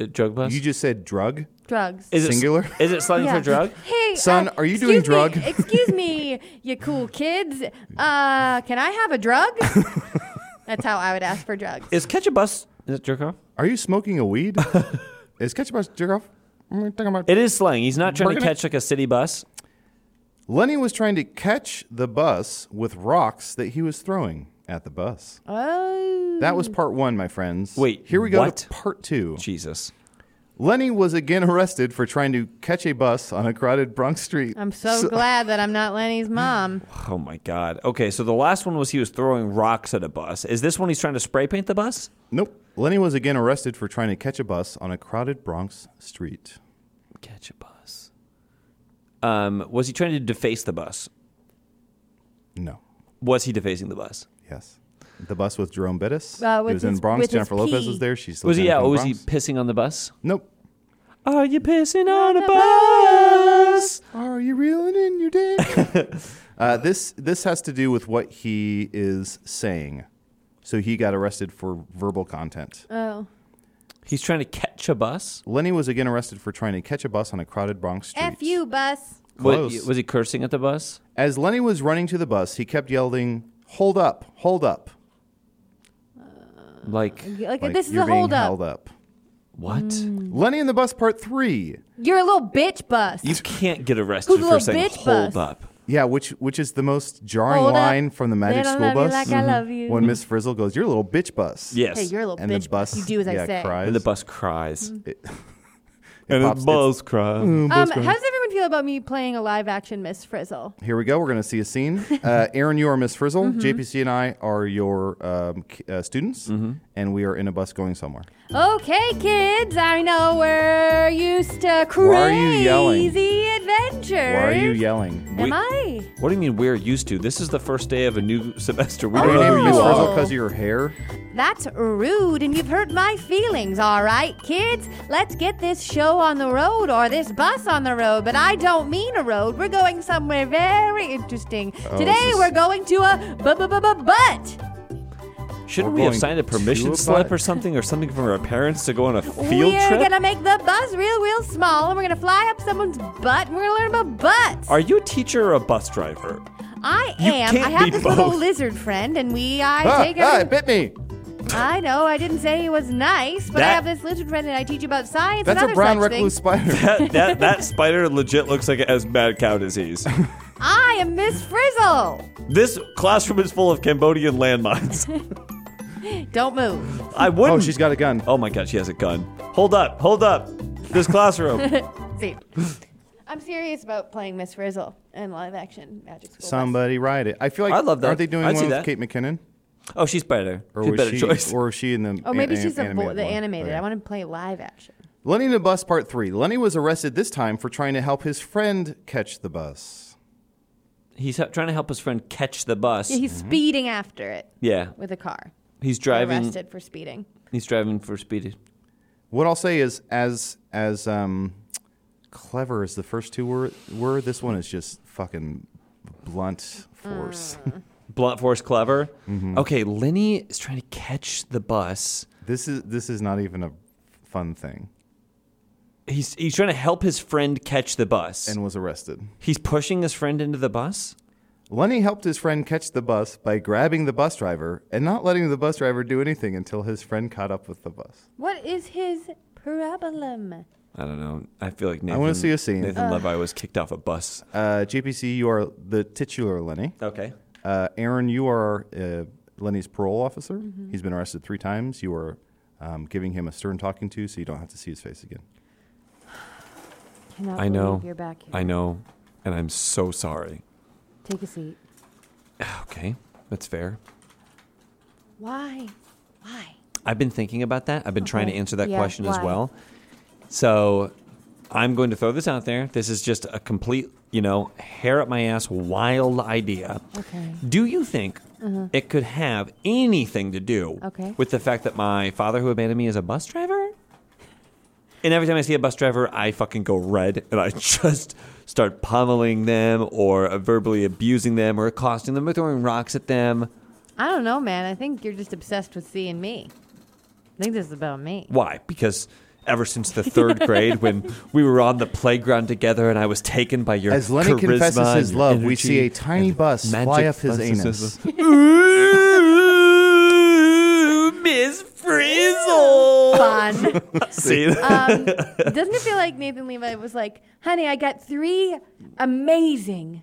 Uh, drug bus. You just said drug. Drugs. Is it Singular? *laughs* Is it slang Yeah. for drug? Hey, Son, uh, are you doing excuse me- drug? excuse *laughs* me, you cool kids. Uh, can I have *laughs* a drug? That's how I would ask for drugs. Is catch a bus? Is it jerk off? Are you smoking a *laughs* weed? is catch a bus jerk off? Mm, I'm talking about. It is slang. He's not trying to Barking it. catch like a city bus. Lenny was trying to catch the bus with rocks that he was throwing at the bus. Oh. That was part one, my friends. Wait, here we go what? to part two. Jesus. Lenny was again *laughs* arrested for trying to catch a bus on a crowded Bronx street. I'm so, So- glad that I'm not *laughs* Lenny's mom. Oh my God. Okay, so the last one was he was throwing rocks at a bus. Is this one he's trying to spray paint the bus? Nope. Lenny was again arrested for trying to catch a bus on a crowded Bronx street. Catch a bus. Um, was he trying to deface the bus? No. Was he defacing the bus? Yes. The bus with Jerome Bettis. Uh, with it was in his- Bronx. with his Jennifer Lopez pee. was there. She's Was he? Yeah. Bronx. Was he pissing on the bus? Nope. Are you pissing on a bus? Are you reeling in your dick? *laughs* uh, this this has to do with what he is saying. So he got arrested for verbal content. Oh. He's trying to catch a bus. Lenny was again arrested for trying to catch a bus on a crowded Bronx street. F you, bus. What, Close. was he cursing at the bus? As Lenny was running to the bus, he kept yelling, "Hold up! Hold up!" Like, Like, this is a hold up. Held up. What? Lenny and the bus, part three. You're a little bitch, bus. You can't get arrested Who's a for little saying bitch "hold bus?" up." Yeah, which which is the most jarring Hold up. line from the Magic They don't School love you Bus. Mm-hmm. like I Mhm. love you. When Miss Frizzle goes, "You're a little bitch bus." Yes. Hey, you're a little Mm. and bitch the bus. bus. You do as I yeah, say. Cries. And the bus cries. It- it *laughs* And the pops- bus it's- cries. Mm, Um, bus how cries. does everyone feel about me playing a live action Miss Frizzle? Here we go. We're going to see a *laughs* scene. Uh, Aaron, you are Miss Frizzle. Mhm. JPC and I are your um, k- uh, students, Mm-hmm. and we are in a bus going somewhere. Okay, kids, I know we're used to crazy Why are you yelling? Oh, adventures. Why are you yelling? Am I? What do you mean we're used to? This is the first day of a new *laughs* semester. Oh. We Are you don't know named who Miss you Frizzle are. because of your hair? That's rude, and you've hurt my feelings, all right, kids? Let's get this show on the road or this bus on the road, but I don't mean a road. We're going somewhere very interesting. Oh, Today, this is- we're going to a bu- bu- bu- bu- butt. Shouldn't We're we have going signed a permission to a slip or something, or something from our parents to go on a field we're trip? gonna make the bus real, real small, and we're gonna fly up someone's butt, and we're gonna learn about butts. Are you a teacher or a bus driver? I You am. can't I have be this little both. lizard friend, and we I Ah, take ah, it every- bit me. I know. I didn't say he was nice, but I That- have this lizard friend, and I teach you about science and That's a other brown such recluse things. spider. That *laughs* that, that spider legit looks like it has mad cow *laughs* disease. I am Miss Frizzle. this classroom is full of Cambodian *laughs* landmines. Don't move. I wouldn't. Oh, she's got a gun. Oh my god, she has a gun. Hold up, hold up. This classroom. *laughs* See, I'm serious about playing Miss Frizzle in live action Magic School. Somebody ride it. I feel like I love that. Aren't they doing I'd see one with that. Kate McKinnon? Oh, she's better. Or She's was better she, choice. Or was she in the? Oh, maybe an- she's a animated vo- the one? animated. Okay. I want to play live action. Lenny and the Bus Part 3. Lenny was arrested this time for trying to help his friend catch the bus. He's he- trying to help his friend catch the bus. Yeah, he's speeding after it. Yeah. With a car. He's driving. Arrested for speeding. He's driving for speed. What I'll say is, as as um, clever as the first two were, were this one is just fucking blunt force. Blunt force clever. Okay, Lenny is trying to catch the bus. *laughs* This is this is not even a fun thing. He's he's trying to help his friend catch the bus and was arrested. He's pushing his friend into the bus. Lenny helped his friend catch the bus by grabbing the bus driver and not letting the bus driver do anything until his friend caught up with the bus. What is his problem? I don't know. I feel like I Nathan. wanna see a scene. Nathan Ugh. Levi was kicked off a bus. Uh, JPC, you are the titular Lenny. Okay. Uh, Aaron, you are uh, Lenny's parole officer. Mm-hmm. He's been arrested three times. You are um, giving him a stern talking to, so you don't have to see his face again. Cannot I know. believe You're back here. I know, and I'm so sorry. Take a seat. *sighs* Okay, that's fair. Why? I've been thinking about that. I've been trying to Okay. answer that Yeah, question as why? well. So I'm going to throw this out there. This is just a complete, you know, hair up my ass wild idea. Okay. Do you think Uh-huh. Mhm. it could have anything to do Okay. with the fact that my father who abandoned me is a bus driver? And every time I see a bus driver, I fucking go red and I *laughs* just start pummeling them or verbally abusing them or accosting them or throwing rocks at them. I don't know, man. I think you're just obsessed with seeing me. I think this is about me. Why? Because ever since the third grade, when we were on the playground together, and I was taken by your As Lenny charisma confesses and his your love, we energy see a tiny and bus magic fly up his buses. anus. *laughs* Miss Frizzle. Fun. see, Um, doesn't it feel like Nathan Levi was like, honey, I got three amazing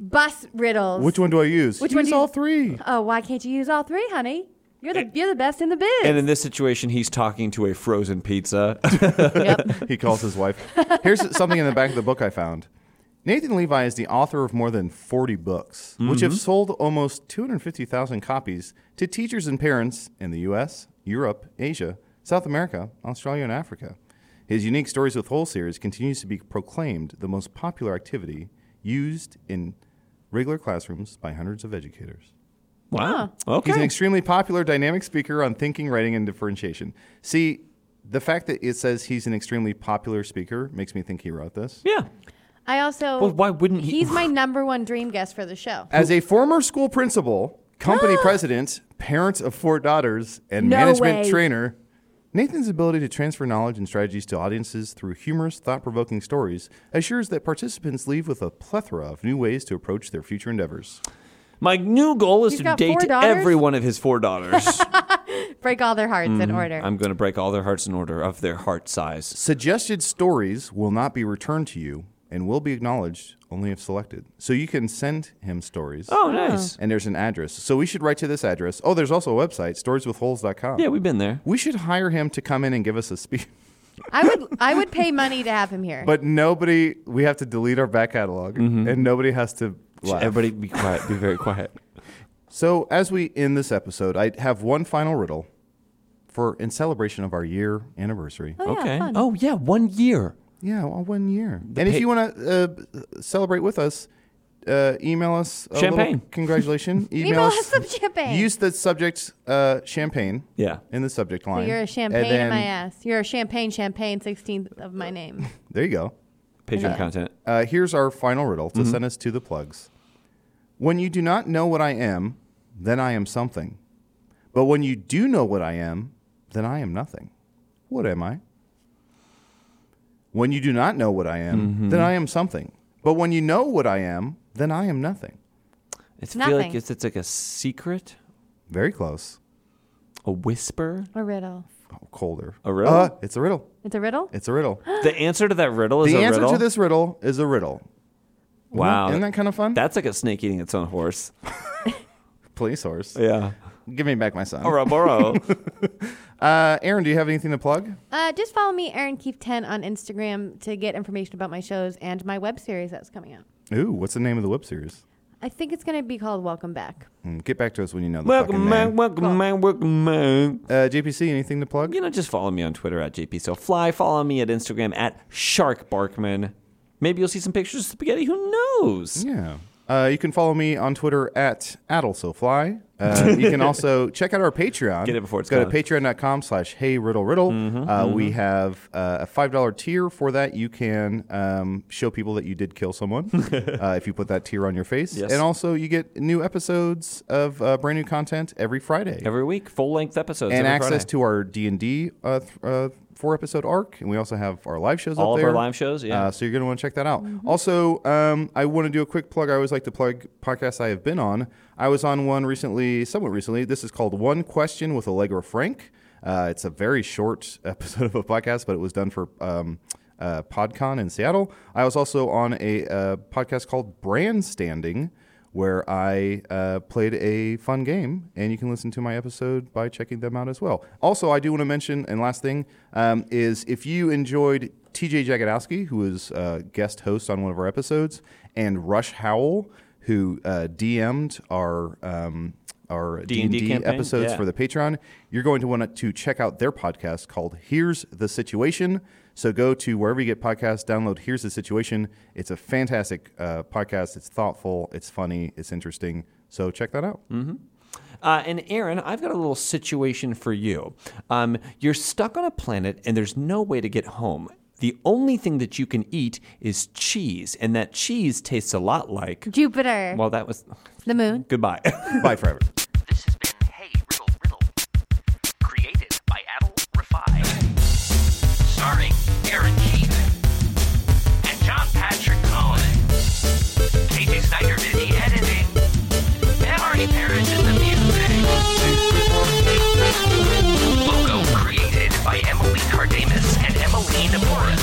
bus riddles. Which one do I use? Which use one do you- all three. Oh, why can't you use all three, honey? You're the, you're the best in the biz. and in this situation, he's talking to a frozen pizza. *laughs* he calls his wife. Here's something in the back of the book I found. Nathan Levi is the author of more than 40 books, which have Mhm. sold almost 250,000 copies to teachers and parents in the US, Europe, Asia, South America, Australia, and Africa. His unique Stories with Whole series continues to be proclaimed the most popular activity used in regular classrooms by hundreds of educators. Wow. He's an Okay. extremely popular dynamic speaker on thinking, writing, and differentiation. See, the fact that it says he's an extremely popular speaker makes me think he wrote this. Yeah. I also. Well, why wouldn't he- He's my number one dream guest for the show. As a former school principal, company president, parent of four daughters, and Ah! No management way. trainer, Nathan's ability to transfer knowledge and strategies to audiences through humorous, thought provoking stories assures that participants leave with a plethora of new ways to approach their future endeavors. My new goal is He's to got four date daughters? every one of his four daughters. *laughs* Break all their hearts in Mm. Mhm. order. I'm going to break all their hearts in order of their heart size. Suggested stories will not be returned to you and will be acknowledged only if selected. So you can send him stories. Oh, nice. And there's an address. So we should write to this address. Oh, there's also a website, storieswithholes.com. Yeah, we've been there. We should hire him to come in and give us a speech. I would I would pay money to have him here. But nobody, we have to delete our back catalog, and nobody has to laugh. Mm-hmm. Everybody be quiet. Be very quiet. So, as we end this episode, I have one final riddle for in celebration of our year anniversary. Oh, *laughs* yeah, Okay. fun. Oh, yeah, one year. Yeah, well, one year. The and pa- if you want to uh, celebrate with us, uh, email us a little Champagne. Congratulations. Email us some champagne. Use the subject uh, champagne. Yeah. In the subject so line. you're a And champagne in then- my ass. You're a champagne champagne sixteenth of my *laughs* name. There you go. Patreon Yeah. content. Uh, here's our final riddle to Mhm. send us to the plugs. When you do not know what I am, then I am something. But when you do know what I am, then I am nothing. What am I? When you do not know what I am, Mhm. then I am something. But when you know what I am, then I am nothing. It's feel like Nothing. it's, it's like a secret. Very close. A *gasps* Oh, whisper. A riddle. Colder. A riddle. Uh, it's a riddle. It's a riddle? It's *gasps* a riddle. the answer to that riddle is the a answer riddle. to this riddle is a riddle. Mm-hmm. Wow. Isn't that kind of fun? That's like a snake eating its own horse. Police horse. Yeah. Give me back my son. Ouroboros. uh, Aaron, do you have anything to plug? Uh, just follow me, Aaron Keefe 10 on Instagram to get information about my shows and my web series that's coming out. Ooh, what's the name of the web series? I think it's going to be called Welcome Back. Mm, Get back to us when you know the Welcome fucking name. man, welcome man, welcome man. Uh, JPC, anything to plug? You know, just follow me on Twitter at JPSoFly. Follow me at Instagram at Shark Barkman. Maybe you'll see some pictures of spaghetti. Who knows? Yeah. Uh, you can follow me on Twitter at AddleSoFly. Uh, *laughs* you can also check out our Patreon. Get it before it's Mm-hmm, Go gone. to patreon.com slash hey riddle riddle. uh, We have uh, a $5 tier for that. You can um, show people that you did *laughs* kill someone uh, if you put that tier on your face. Yes. And also you get new episodes of uh, brand new content every Friday. Every week, full length episodes. and every access Friday. to our D&D uh, th- uh, four episode arc. And we also have our live shows all up of there. our live shows. Yeah. Uh, so you're going to want to check that out. Also, um, I want to do a quick plug. I always like to plug podcasts I have been on. I was on one recently, somewhat recently. This is called One Question with Allegra Frank. Uh, it's a very short *laughs* episode of a podcast, but it was done for um, uh, PodCon in Seattle. I was also on a uh, podcast called Brand Standing, where I uh, played a fun game, and you can listen to my episode by checking them out as well. Also, I do want to mention, and last thing, um, is if you enjoyed TJ Jagodowski, who was uh, guest host on one of our episodes, and Rush Howell, who uh, DM'd our um, our D D&D and D campaign? episodes Yeah. for the Patreon, you're going to want to check out their podcast called "Here's the Situation." So go to wherever you get podcasts, download "Here's the Situation." It's a fantastic uh, podcast. It's thoughtful, it's funny, it's interesting. So check that out. Uh, and Aaron, I've got a little situation for you. Um, you're stuck on a planet and there's no way to get home. The only thing that you can eat is cheese, and that cheese tastes a lot like. Jupiter. Well, that was. the moon. Goodbye. Bye *laughs* forever. created by Adel Rafai. Starring Aaron Keith and John Patrick Cohen. KJ Snyder did the editing. And Artie Parrish did the music. Logo created by Emily Cardamus and Emmeline Morris.